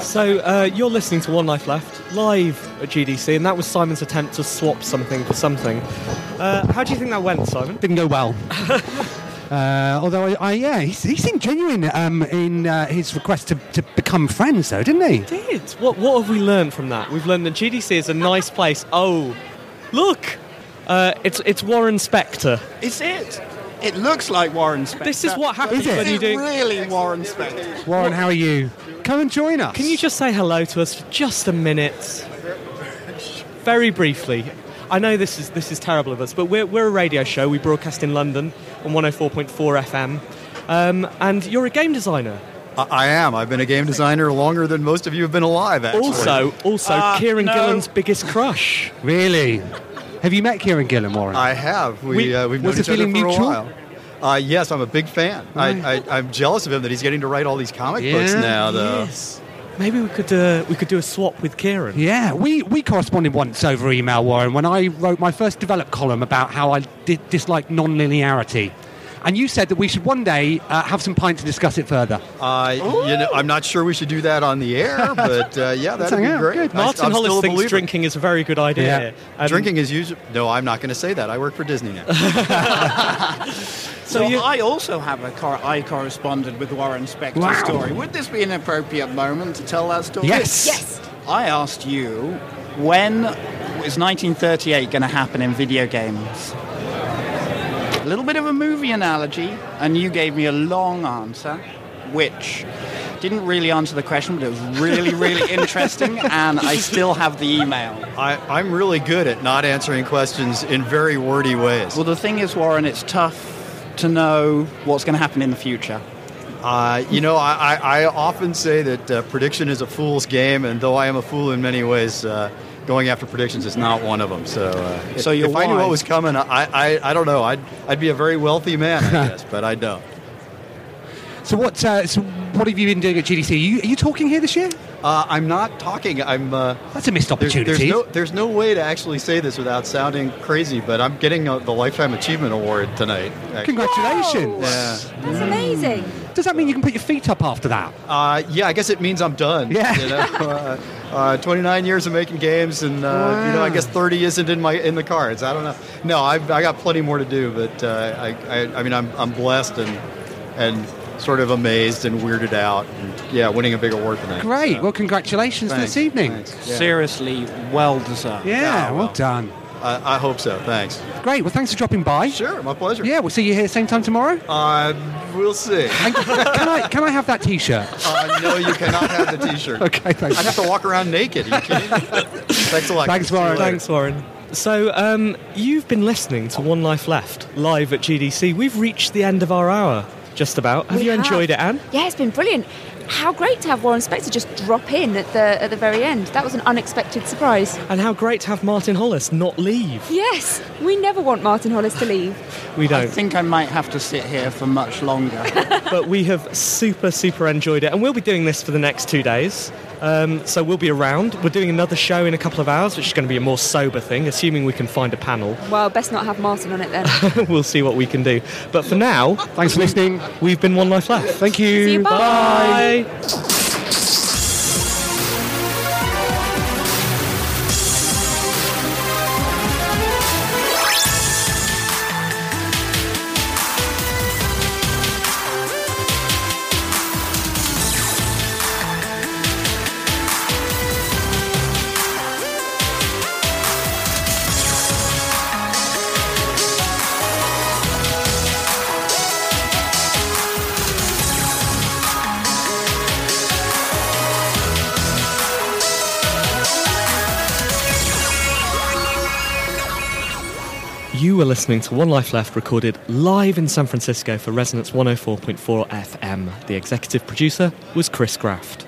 [SPEAKER 1] So uh, you're listening to One Life Left live at GDC, and that was Simon's attempt to swap something for something. Uh, how do you think that went, Simon?
[SPEAKER 2] Didn't go well. Uh, although, I, I yeah, he, he seemed genuine um, in uh, his request to, to become friends, though, didn't he?
[SPEAKER 1] Did what? What have we learned from that? We've learned that GDC is a nice place. Oh, look, uh, it's it's Warren Spector.
[SPEAKER 13] It's it. It looks like Warren Spector.
[SPEAKER 1] This is what happens
[SPEAKER 13] Is it?
[SPEAKER 1] when you do-
[SPEAKER 13] really Warren Spector.
[SPEAKER 2] Warren, how are you? Come and join us.
[SPEAKER 1] Can you just say hello to us for just a minute? Very briefly. I know this oh is this is terrible of us, but we're, we're a radio show. We broadcast in London on 104.4 FM. Um, and you're a game designer.
[SPEAKER 14] I am. I've been a game designer longer than most of you have been alive. Actually.
[SPEAKER 1] Also, also
[SPEAKER 14] Uh,
[SPEAKER 1] Kieran
[SPEAKER 14] no.
[SPEAKER 1] Gillen's biggest crush.
[SPEAKER 2] Really? Have you met Kieran Gillen, Warren?
[SPEAKER 14] I have. We,
[SPEAKER 2] We-
[SPEAKER 14] uh, we've known
[SPEAKER 2] was the
[SPEAKER 14] each other
[SPEAKER 2] feeling
[SPEAKER 14] for a
[SPEAKER 2] mutual?
[SPEAKER 14] while. Uh, yes, I'm a big fan. I, I, I'm jealous of him that he's getting to write all these comic books
[SPEAKER 2] Yeah,
[SPEAKER 14] now, though.
[SPEAKER 1] Yes. Maybe we could uh, we could do a swap with Kieran.
[SPEAKER 2] Yeah, we, we corresponded once over email, Warren, when I wrote my first develop column about how I di- dislike non-linearity. And you said that we should one day uh, have some pints and discuss it further.
[SPEAKER 14] Uh, you know, I'm not sure we should do that on the air,
[SPEAKER 1] <laughs>
[SPEAKER 14] but uh, yeah, that'd
[SPEAKER 2] Let's hang
[SPEAKER 14] be
[SPEAKER 2] out.
[SPEAKER 14] great.
[SPEAKER 2] Good.
[SPEAKER 14] I-
[SPEAKER 1] Martin
[SPEAKER 14] I'm still
[SPEAKER 1] Hollis
[SPEAKER 14] a
[SPEAKER 1] thinks
[SPEAKER 14] believer.
[SPEAKER 1] drinking is a very good idea. Um,
[SPEAKER 14] drinking is usually. No, I'm not going to say that. I work for Disney now.
[SPEAKER 13] So I also have a car. I corresponded with Warren Spector's
[SPEAKER 14] Wow.
[SPEAKER 13] story. Would this be an appropriate moment to tell that story?
[SPEAKER 10] Yes. Yes.
[SPEAKER 13] I asked you
[SPEAKER 10] When was 1938 going to happen in video games?
[SPEAKER 13] a little bit of a movie analogy, and you gave me a long answer, which didn't really answer the question, but it was really,
[SPEAKER 14] <laughs>
[SPEAKER 13] really interesting, and I still have the email.
[SPEAKER 14] I, I'm really good at not answering questions in very wordy ways.
[SPEAKER 13] Well, the thing is, Warren, it's tough to know what's going to happen in the future.
[SPEAKER 14] Uh, you know, I, I, I often say that uh, prediction is a fool's game, and though I am a fool in many ways, uh, going after predictions is not one of them. So, uh,
[SPEAKER 13] So
[SPEAKER 14] if-
[SPEAKER 13] you're
[SPEAKER 14] if I knew what
[SPEAKER 13] wise.
[SPEAKER 14] was coming, I, I, I don't know. I'd, I'd be a very wealthy man,
[SPEAKER 13] <laughs>
[SPEAKER 14] I guess, but I don't.
[SPEAKER 2] So what, uh, so what have you been doing at GDC? Are you, are you talking here this year?
[SPEAKER 14] Uh, I'm not talking. I'm. Uh,
[SPEAKER 2] That's a missed
[SPEAKER 14] There's,
[SPEAKER 2] opportunity.
[SPEAKER 14] there's no there's no way to actually say this without sounding crazy, but I'm getting uh the lifetime achievement award tonight. actually.
[SPEAKER 2] Congratulations.
[SPEAKER 14] Yeah.
[SPEAKER 3] That's amazing.
[SPEAKER 2] Does that mean you can put your feet up after that?
[SPEAKER 14] Uh, yeah, I guess it means I'm done.
[SPEAKER 2] Yeah. <laughs>
[SPEAKER 14] You know? uh, uh, 29 years of making games, and uh, you know, I guess 30 isn't in my in the cards. I don't know. No, I've, I got plenty more to do, but uh, I, I, I mean, I'm, I'm blessed and and sort of amazed and weirded out. And, yeah, winning a big award tonight.
[SPEAKER 2] Great. Well, congratulations
[SPEAKER 14] Thanks,
[SPEAKER 2] this evening.
[SPEAKER 14] Seriously, well deserved.
[SPEAKER 2] Yeah, Oh, well done.
[SPEAKER 14] I, I hope so. Thanks.
[SPEAKER 2] Great. Well, thanks for dropping by.
[SPEAKER 14] Sure, my pleasure.
[SPEAKER 2] Yeah, we'll see you here same
[SPEAKER 14] <laughs>
[SPEAKER 2] time tomorrow.
[SPEAKER 14] Uh, we'll see.
[SPEAKER 2] And <laughs> can I can I have that T-shirt?
[SPEAKER 14] Uh, no, you cannot have the T-shirt.
[SPEAKER 2] <laughs> Okay, thanks.
[SPEAKER 14] I'd have to walk around naked. Are you
[SPEAKER 2] <laughs>
[SPEAKER 14] kidding? Thanks a lot.
[SPEAKER 1] Thanks, Warren. Thanks, Warren. So, um, you've been listening to One Life Left live at GDC. We've reached the end of our hour, just about. Have
[SPEAKER 3] We
[SPEAKER 1] you enjoyed it, Anne?
[SPEAKER 3] Yeah, it's been brilliant. How great to have Warren Spector just drop in at the at the very end. That was an unexpected surprise.
[SPEAKER 1] And how great to have Martin Hollis not leave.
[SPEAKER 3] Yes, we never want Martin Hollis to leave.
[SPEAKER 1] We don't.
[SPEAKER 13] I think I might have to sit here for much longer.
[SPEAKER 1] <laughs> but we have super, super enjoyed it. And we'll be doing this for the next two days. Um, so we'll be around. We're doing another show in a couple of hours, which is going to be a more sober thing, assuming we can find a panel. <laughs>
[SPEAKER 3] Well, best not have Martin on it then. <laughs>
[SPEAKER 1] we'll see what we can do. But for now, thanks
[SPEAKER 2] for listening.
[SPEAKER 1] We've been One Life Left. Thank you.
[SPEAKER 3] See you, bye.
[SPEAKER 1] bye. You were listening to One Life Left, recorded live oh in San Francisco for Resonance 104.4 FM. The executive producer was Chris Graft.